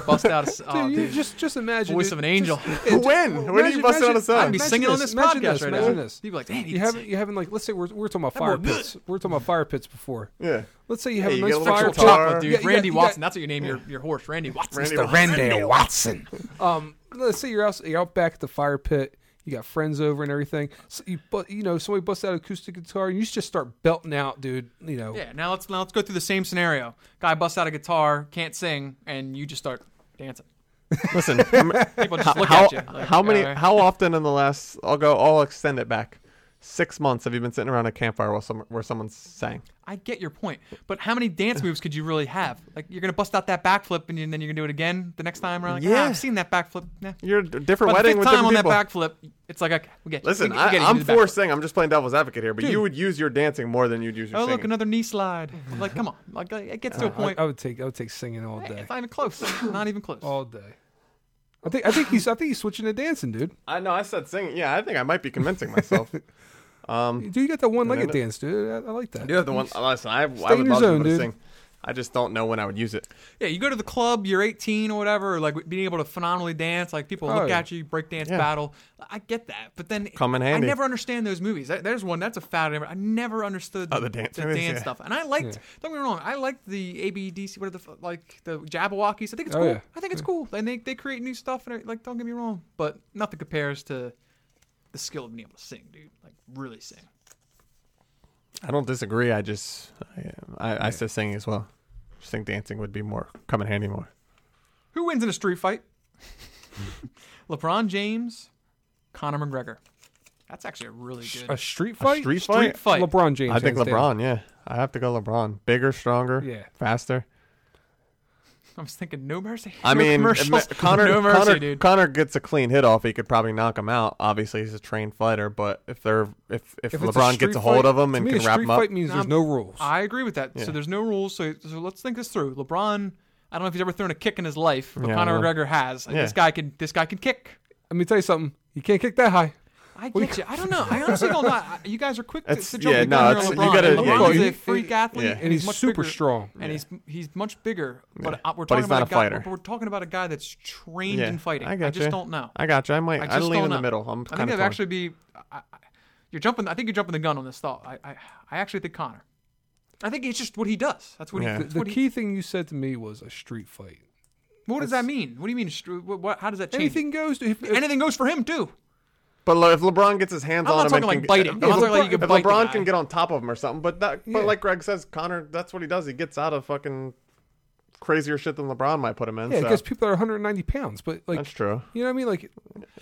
Bust out. A, s- oh, Dude, you dude. just just imagine Voice dude, of an angel. Just, When? When are you busting out a song? I'd be imagine singing on this imagine podcast this, right imagine now. This. People are like, damn, You he can haven't sing. you haven't like let's say we're we're talking about fire more pits. We're talking about fire pits before. Yeah. Let's say you have Yeah, you a nice get a little fire Actual Fire pit. guitar. chocolate, dude. Yeah, you Randy got- you Watson. got- That's what you name your, your horse, Randy Watson. Randy Mr. Watson. Randy Watson. um, let's say you're out you're out back at the fire pit. You got friends over and everything. So you but you know somebody busts out acoustic guitar and you just start belting out, dude. You know, Yeah. Now let's now let's go through the same scenario. Guy busts out a guitar, can't sing, and you just start dancing. Listen, I'm- People just look how, at you. like, how many? all right. How often in the last? I'll go. I'll extend it back. Six months have you been sitting around a campfire while some, where someone sang? I get your point, but how many dance moves could you really have? Like you're gonna bust out that backflip, and, you- and then you're gonna do it again the next time around. Like, Yeah. ah, I've seen that backflip. Nah. You're at a different But the wedding fifth with time different on people. that backflip, it's like okay, we get you. Listen, we, I, get you, you I'm do the backflip. for saying I'm just playing devil's advocate here, but you would use your dancing more than you'd use your Oh singing. look, another knee slide. Like come on, like like, it gets to a point. I, I would take I would take singing all Hey, day, it's Eh, not even close. not even close. all day. I think I think he's I think he's switching to dancing, dude. I know. I said singing. Yeah, I think I might be convincing myself. um, Dude, you got that one legged then- dance, dude. I, I like that. you have the one. uh, Listen, I, I would in your love zone, to be able to dude. sing. I just don't know when I would use it. Yeah, you go to the club, you're 18 or whatever, like being able to phenomenally dance, like people Oh, look yeah. at you, break dance Yeah. battle. I get that, but then Come in handy. I never understand those movies. That- There's one that's a fad. I never, I never understood Oh, the dance movies, yeah. stuff, and I liked. Yeah. Don't get me wrong, I liked the ABDC, what are the f- like the Jabberwockies. I think it's Oh, cool. yeah. I think it's cool, and they they create new stuff, and it- like don't get me wrong, but nothing compares to the skill of being able to sing, dude. Like really sing. I don't disagree. I just, I, I, I said singing as well. Just think dancing would be more come in handy more. Who wins in a street fight? LeBron James, Conor McGregor. That's actually a really good A street fight. street street fight? fight. LeBron James. I think hands down. LeBron. Yeah, I have to go LeBron. Bigger, stronger, Yeah. faster. I was thinking no mercy. I No mean, commercials. ima- Connor, no mercy, Connor, dude. Connor gets a clean hit off. He could probably knock him out. Obviously, he's a trained fighter, but if they're if if, If it's LeBron street gets a hold fight- of him to and me, can a wrap street him up, fight means Nah, there's I'm- no rules. I agree with that. Yeah. So there's no rules. So, so let's think this through. LeBron, I don't know if he's ever thrown a kick in his life, but Yeah, I Conor know. McGregor has. And Yeah. This guy can. This guy can kick. Let me tell you something. You can't kick that high. I get you. I don't know. I honestly don't know. I- You guys are quick to, It's- to jump yeah, the no, gun it's- on you LeBron. gotta- And yeah, LeBron's you- a freak yeah. athlete, Yeah. and And he's much super bigger. strong. and he's he's much bigger. But uh, we're But talking he's about not a guy, fighter. We're, we're talking about a guy that's trained Yeah, in fighting. I I, gotcha. just don't know. I got you. I might. I I just lean don't in the know. middle. I'm I kind think of that'd actually be. I, I, you're jumping. I think you're jumping the gun on this thought. I, I, I actually think Connor. I think it's just what he does. That's what Yeah. he. The, That's the what, he key thing you said to me was a street fight. what does that mean? What do you mean? str- What, what, how does that change? Anything goes. If, if- Anything goes for him too. But like, if LeBron gets his hands I'm on not him, talking and like can, biting. If, I'm not talking like you if can bite the LeBron guy. can get on top of him or something, but that, Yeah. but like Greg says, Connor, that's what he does. He gets out of fucking crazier shit than LeBron might put him in. yeah, so I guess people are 190 pounds, but like that's true. you know what I mean. Like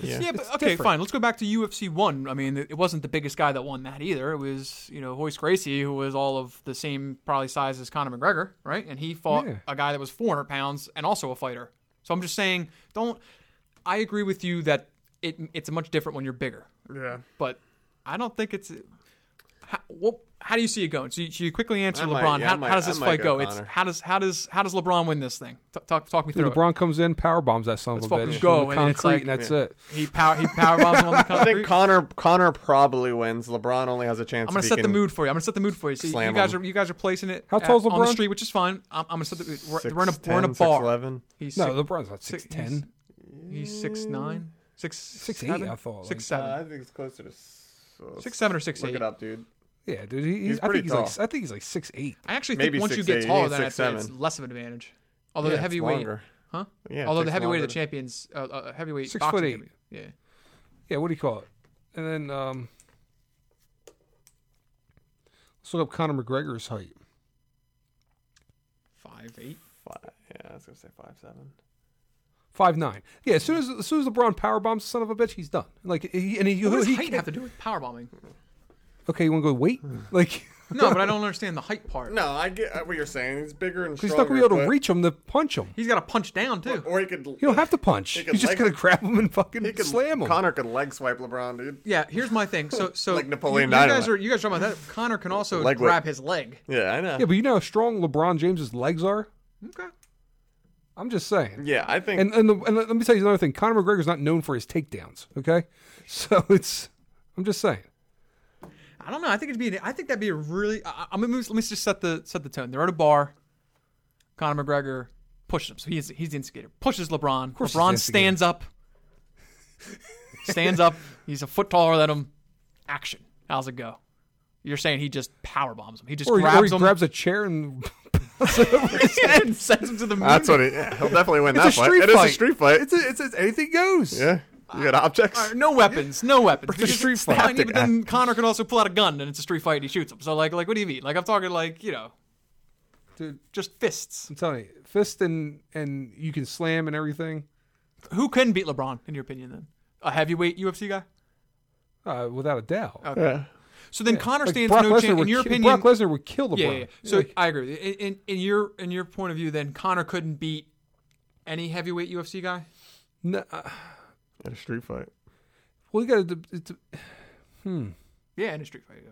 Yeah. Yeah, but okay, fine. Let's go back to UFC one. I mean, it it wasn't the biggest guy that won that either. It was you know Hoist Gracie, who was all of the same probably size as Conor McGregor, right? And he fought Yeah. a guy that was 400 pounds and also a fighter. So I'm just saying, don't. I agree with you that it it's much different when you're bigger, Yeah. but I don't think it's. How, well, how do you see it going? So you, so you quickly answer I might- LeBron. yeah, I how, might- how does I this might fight go go? It's Conor. how does how does how does LeBron win this thing? T- talk talk me through it. LeBron comes in, power bombs that son of a fucking bitch, go, on the and it's concrete, like- and that's it. He power he power bombs him on the I concrete. think Connor Connor probably wins. LeBron only has a chance. I'm gonna if he set the can- mood for you. I'm gonna set the mood for you. See, you slam guys him. are you guys are placing it. How tall's at- on the LeBron? street, which is fine. I'm, I'm gonna set the we're, Six, we're in a we're in a 10, bar. 6'11". He's No, six, LeBron's not six- six ten. he's six nine, six six eight, seven, I thought, six Uh, seven, I think it's closer to s- uh, six seven or six Look eight. it up, dude. Yeah, dude, he, he's, I pretty think he's tall. like I think he's like six eight. I actually Maybe think once you six, get eight, taller, he's then it's, six, it's seven. less of an advantage. Although Yeah, the it's heavyweight, longer. huh? Yeah, it Although the takes heavyweight of the longer champions, uh, uh, heavyweight Six boxing foot eight. champion. Yeah, Yeah, what do you call it? And then um, let's look up Conor McGregor's height. five eight. to- Five, yeah, I was gonna say five seven. Five nine. Yeah, as soon as as soon as LeBron power bombs the son of a bitch, he's done. Like he, and he, What does he height can't- have to do with power bombing? okay, you want to go weight? Like No, but I don't understand the height part. No, I get uh, what you're saying. He's bigger and he's stronger. not gonna be able to but- reach him to punch him. He's got to punch down too. or he could. You don't have to punch. He You're could just leg- gonna grab him and fucking He could slam him. Connor could leg swipe LeBron, dude. Yeah, here's my thing. So so Like Napoleon you, you guys Dynamite. are you guys are talking about that? Connor can also Leg whip. grab his leg. Yeah, I know. yeah, but you know how strong LeBron James's legs are. Okay. I'm just saying. Yeah, I think. uh, And and, the, and let me tell you another thing. Conor McGregor's not known for his takedowns. Okay, so it's I'm just saying. I don't know. I think it'd be. An, I think that'd be a really. I, I- I'm gonna move, let me just set the set the tone. They're at a bar. Conor McGregor pushes him, so he's he's the instigator. Pushes LeBron. course he's the LeBron instigator. stands up. stands up. He's a foot taller than him. Action. How's it go? You're saying he just power bombs him. He just Or he, or grabs he him grabs a chair and and sends him to the moon. that's what he, yeah, he'll definitely win that it's a fight. street It fight. is a street fight. It's, a, it's, it's anything goes. yeah, you got objects. All right, no weapons, no weepons. It's a street It's fight. fine, But then Connor can also pull out a gun, and it's a street fight, and he shoots him. So like, like what do you mean? Like I'm talking like you know, Dude, just fists. I'm telling you, fist and and you can slam and everything Who can beat LeBron in your opinion? Then a heavyweight UFC guy. uh, without a doubt. Yeah. So then Connor Like, stands Brock no Lesnar chance. would In your ki- opinion, Brock Lesnar would kill LeBron. yeah, yeah, yeah. So Like, I agree. With you. In, in in your in your point of view, then Connor couldn't beat any heavyweight UFC guy. no, uh, At a street fight. well, you got to. It, de- Yeah, in a street fight. yeah.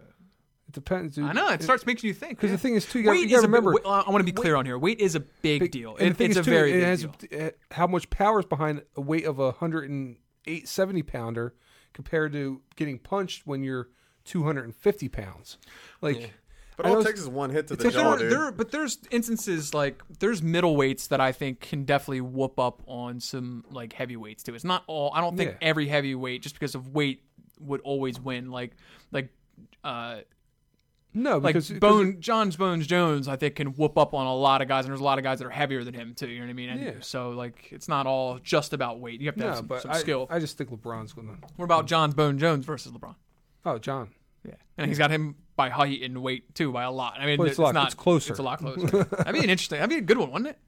it depends. Dude. I know it starts making you think. Because yeah. the thing is, too, you got Weight to is a big- remember. wait, I want to be clear on here. Weight is a big, deal. And the It- thing it's is, a too, very it big has deal. uh, how much power is behind a weight of a 108, 70 pounder compared to getting punched when you're 250 pounds. Like, But I all know it it's- takes is one hit to the But there, jaw, are, dude. there, are- but there's instances like there's middleweights that I think can definitely whoop up on some like heavyweights too. It's not all. I don't think Yeah. every heavyweight just because of weight would always win. Like like uh no, like because because Bone John's Bones Jones I think can whoop up on a lot of guys and there's a lot of guys that are heavier than him too. You know what I mean? And Yeah. So like it's not all just about weight. You have to have No, some, but some I, skill. I just think LeBron's gonna. what about John's Bone Jones versus LeBron? Oh, John. Yeah, and he's got him by height and weight too by a lot. I mean, Well, it's it's, a lot- not it's closer. It's a lot closer. that'd be an interesting. That'd be a good one, wouldn't it?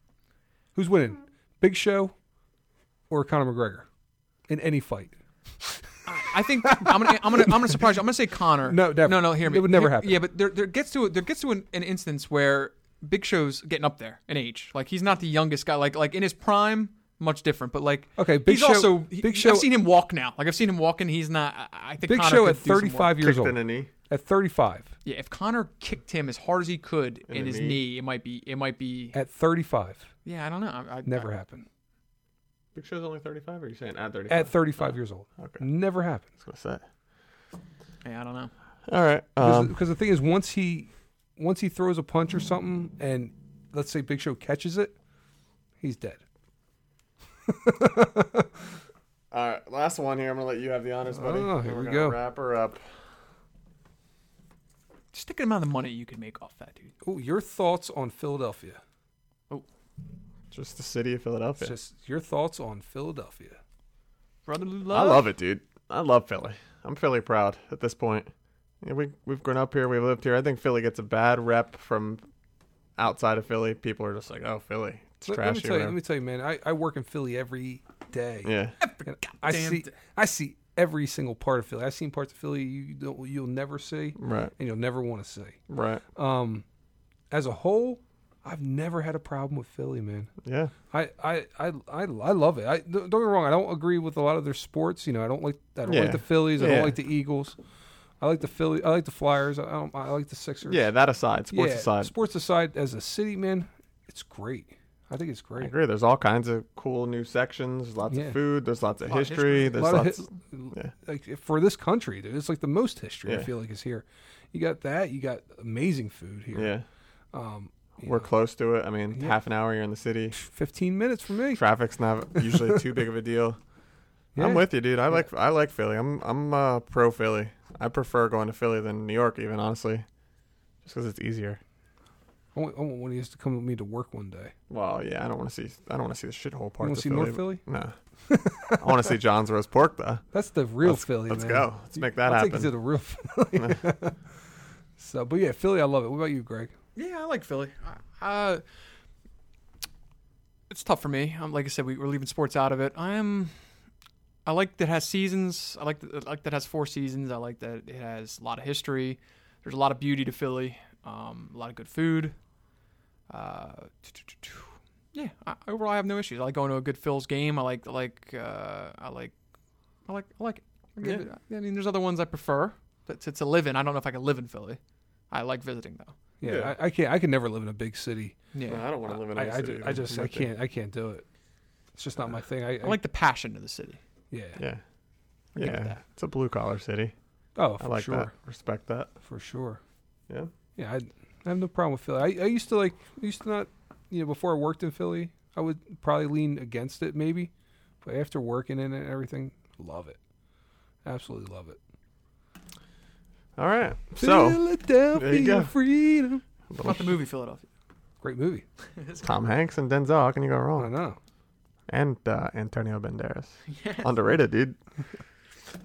Who's winning? Big Show or Conor McGregor in any fight? I think I'm gonna I'm gonna I'm gonna surprise you. I'm gonna say Connor. No, never. No, no. Hear me. It would never Here- happen. Yeah, but there there gets to a- there gets to an, an instance where Big Show's getting up there in age. Like he's not the youngest guy. Like like in his prime, much different. But like Okay, Big he's Show- also he- Big Show- I've seen him walk now. Like I've seen him walking. He's not. I- I think Big Connor Show could at do some work. 35 years Kicked old. in a knee. At 35. Yeah, if Connor kicked him as hard as he could in, the his knee. knee. it might be it might be. At 35. Yeah, I don't know. I, I, Never happened. Big Show's only 35, or are you saying at 35? At 35 years old. okay. Never happened. What's that? Yeah, I don't know. All right. Because the Um, thing is, once he once he throws a punch or something, and let's say Big Show catches it, he's dead. all right. Last one here. I'm going to let you have the honors, buddy. Oh, And here we're we gonna go. Wrap her up. Just think of the amount of money you could make off that, dude. Oh, your thoughts on Philadelphia? Just the city of Philadelphia. It's just your thoughts on Philadelphia. Brotherly I love. love it, dude. I love Philly. I'm Philly proud at this point. Yeah, we we've grown up here. We've lived here. I think Philly gets a bad rep from outside of Philly. People are just like, "Oh, Philly, it's Let, let me trashy." tell you. whatever." Let me tell you, man. I, I work in Philly every day. yeah, And I Goddamn see. d- I see every single part of Philly. I've seen parts of Philly you don't, you'll never see, right, and you'll never want to see. right, Um, as a whole, I've never had a problem with Philly, man. yeah, I I, I, I I love it. I don't don't get me wrong. I don't agree with a lot of their sports. You know, I don't like I don't Yeah. like the Phillies. I Yeah. don't like the Eagles. I like the Philly. I like the Flyers. I don't, I like the Sixers. yeah. That aside, sports Yeah, aside, Sports aside, as a city man, it's great. I think it's I great. agree. There's all kinds of cool new sections. There's lots Yeah. of food. There's lots of Lot of history. history. A There's lot of lots. hit, yeah. like for this country, dude, it's like the most history I Yeah. feel like is here. You got that. You got amazing food here. yeah, Um, you we're know, close to it. I mean, Yeah. half an hour you're in the city. fifteen minutes for me. Traffic's not usually too big of a deal. Yeah. I'm with you, dude. I like I like Philly. I'm I'm uh, pro Philly. I prefer going to Philly than New York, even honestly, just because it's easier. I want, I want one of these to come with me to work one day. Well, yeah, I don't want to see I don't want to see the shithole You part want of to see Philly. North Philly? but- Nah. I want to see John's roast pork though. That's the real Let's- Philly. let's man. go. Let's make that I'll happen. Take you to the real Philly. so, but yeah, Philly, I love it. What about you, Greg? Yeah, I like Philly. I, uh, it's tough for me. Um, like I said, we, we're leaving sports out of it. I am. I like that it has seasons. I like that, I like that it has four seasons. I like that it has a lot of history. There's a lot of beauty to Philly. Um, a lot of good food. Uh, yeah. I, overall, I have no issues. I like going to a good Phil's game. I like I like uh, I like I like I like it. I give it- Yeah. I mean, there's other ones I prefer. But to, to live in, I don't know if I can live in Philly. I like visiting though. Uh, Yeah, Yeah. I, I can't. I could never live in a big city. Yeah. don't want to live I, I, ju- I just, I can't. I can't do it. It's just not my thing. I, I like the passion of the city. Yeah. Yeah, give it yeah. that. It's a blue collar city. Oh, I for like sure. that. Respect that. For sure. Yeah. Yeah, I, I have no problem with Philly. I, I used to like, I used to not, you know, before I worked in Philly, I would probably lean against it maybe, but after working in it and everything, love it. Absolutely love it. All right. So Philadelphia go. freedom. What about the movie Philadelphia? Great movie. Tom Hanks and Denzel. How can you go I wrong? know. And uh, Antonio Banderas. Underrated, dude.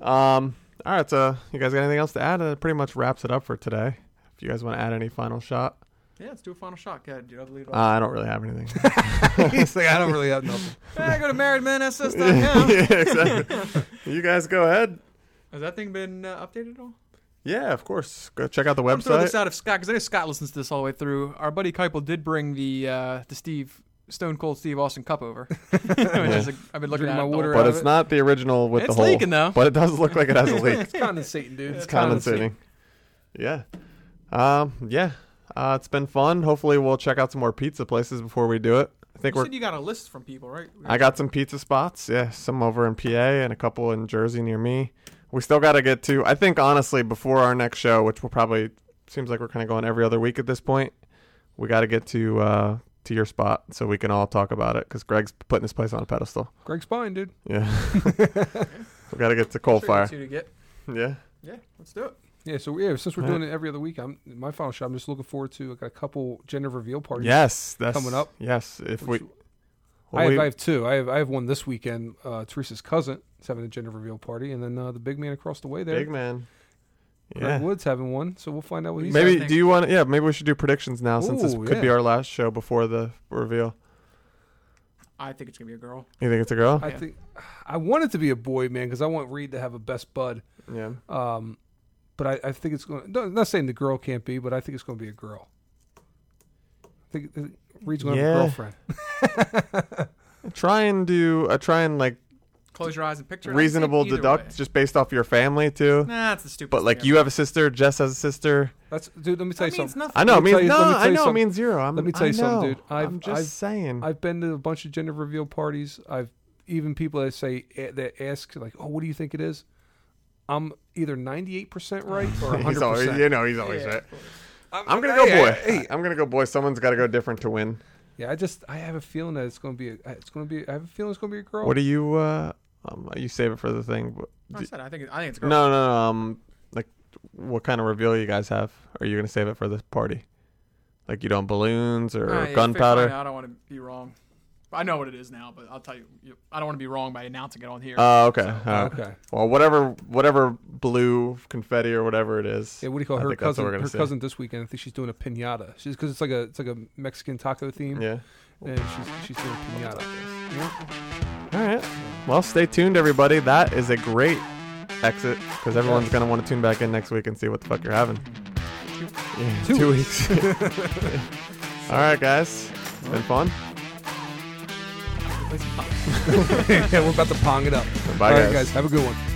um. All right. So you guys got anything else to add? That pretty much wraps it up for today. If you guys want to add any final shot, Yeah, let's do a final shot. Go ahead, dude. I believe. uh, I don't really have anything. He's like, I don't really have nothing. I go to marriedmenss.com. yeah, exactly. you guys go ahead. Has that thing been uh, updated at all? Yeah, of course. Go check out the I'm throwing website. this out of Scott because I know Scott listens to this all the way through. Our buddy Keipel did bring the uh, the Steve Stone Cold Steve Austin cup over. Which is a, I've been looking Drinking at my it the water whole- out but of it's it. not the original with It's the whole. leaking, though. But it does look like it has a leak. It's condensating, dude. it's condensating. Yeah. Um. Yeah. Uh, it's been fun. Hopefully, we'll check out some more pizza places before we do it. I think You we're. said you got a list from people, right? I got some pizza spots. Yeah, some over in PA and a couple in Jersey near me. We still got to get to. I think honestly, before our next show, which will probably seems like we're kind of going every other week at this point, we got to get to uh, to your spot so we can all talk about it because Greg's putting this place on a pedestal. Greg's fine, dude. Yeah, we got to get to coal Sure, fire. two to get. Yeah, Yeah, let's do it. Yeah, so yeah, since we're Alright. doing it every other week, I'm my final shot. I'm just looking forward to like, a couple gender reveal parties. yes, that's Coming up. Yes, if we, Which- well, I, have, we- I have two. I have I have one this weekend. Uh, Teresa's cousin is having a gender reveal party, and then uh, the big man across the way there, big man. Greg Yeah, Woods, having one. So we'll find out what he's. maybe think- do you want? Yeah, maybe we should do predictions now since this Ooh, could be yeah. our last show before the reveal. I think it's gonna be a girl. You think it's a girl? I yeah. think I want it to be a boy, man, because I want Reed to have a best bud. Yeah. Um, but I, I think it's going. No, I'm not saying the girl can't be, but I think it's going to be a girl. I think I think Reed's going to have Yeah. a girlfriend. Try and do uh, try and like Close your eyes and picture. it. I think reasonable either deduct way. just based off your family too. Nah, it's the stupid. But like you have a sister, Jess has a sister. That's dude. Let me that tell you means something. nothing. I know. Let It me tell you- means no. let me tell I you know. It something. means zero. I'm, Let me tell I you something, know. dude. I've- I'm just I've- saying. I've been to a bunch of gender reveal parties. I've even people that say that ask like, "Oh, what do you think it is?" I'm either 98% right or 100%. he's always, you know, he's always Yeah, right. of course. I'm gonna go hey, boy. hey, hey. I'm gonna go boy. Someone's got to go different to win. Yeah, I just I have a feeling that it's gonna be a, it's gonna be I have a feeling it's gonna be a girl. What do you? uh um, You save it for the thing. but- I said I think it, I think it's a girl. No, no, no. Um, like, what kind of reveal you guys have? Or are you gonna save it for the party? Like you don't balloons or Uh, yeah, fine, gunpowder? I don't want to be wrong. I know what it is now, but I'll tell you. you- I don't want to be wrong by announcing it on here. Oh, okay. all right. Okay. Well, whatever, whatever blue confetti or whatever it is. Yeah, what do you call I her think that's what cousin? we're gonna Her say. cousin this weekend. I think she's doing a pinata. She's because it's like a it's like a Mexican taco theme, Yeah. and she's she's doing a pinata. Yeah. All right. Well, stay tuned, everybody. That is a great exit because everyone's going to want to tune back in next week and see what the fuck you're having. Yeah, two, weeks. All right, guys. It's been fun. yeah, we're about to pong it up. Bye, All right, guys. guys. Have a good one.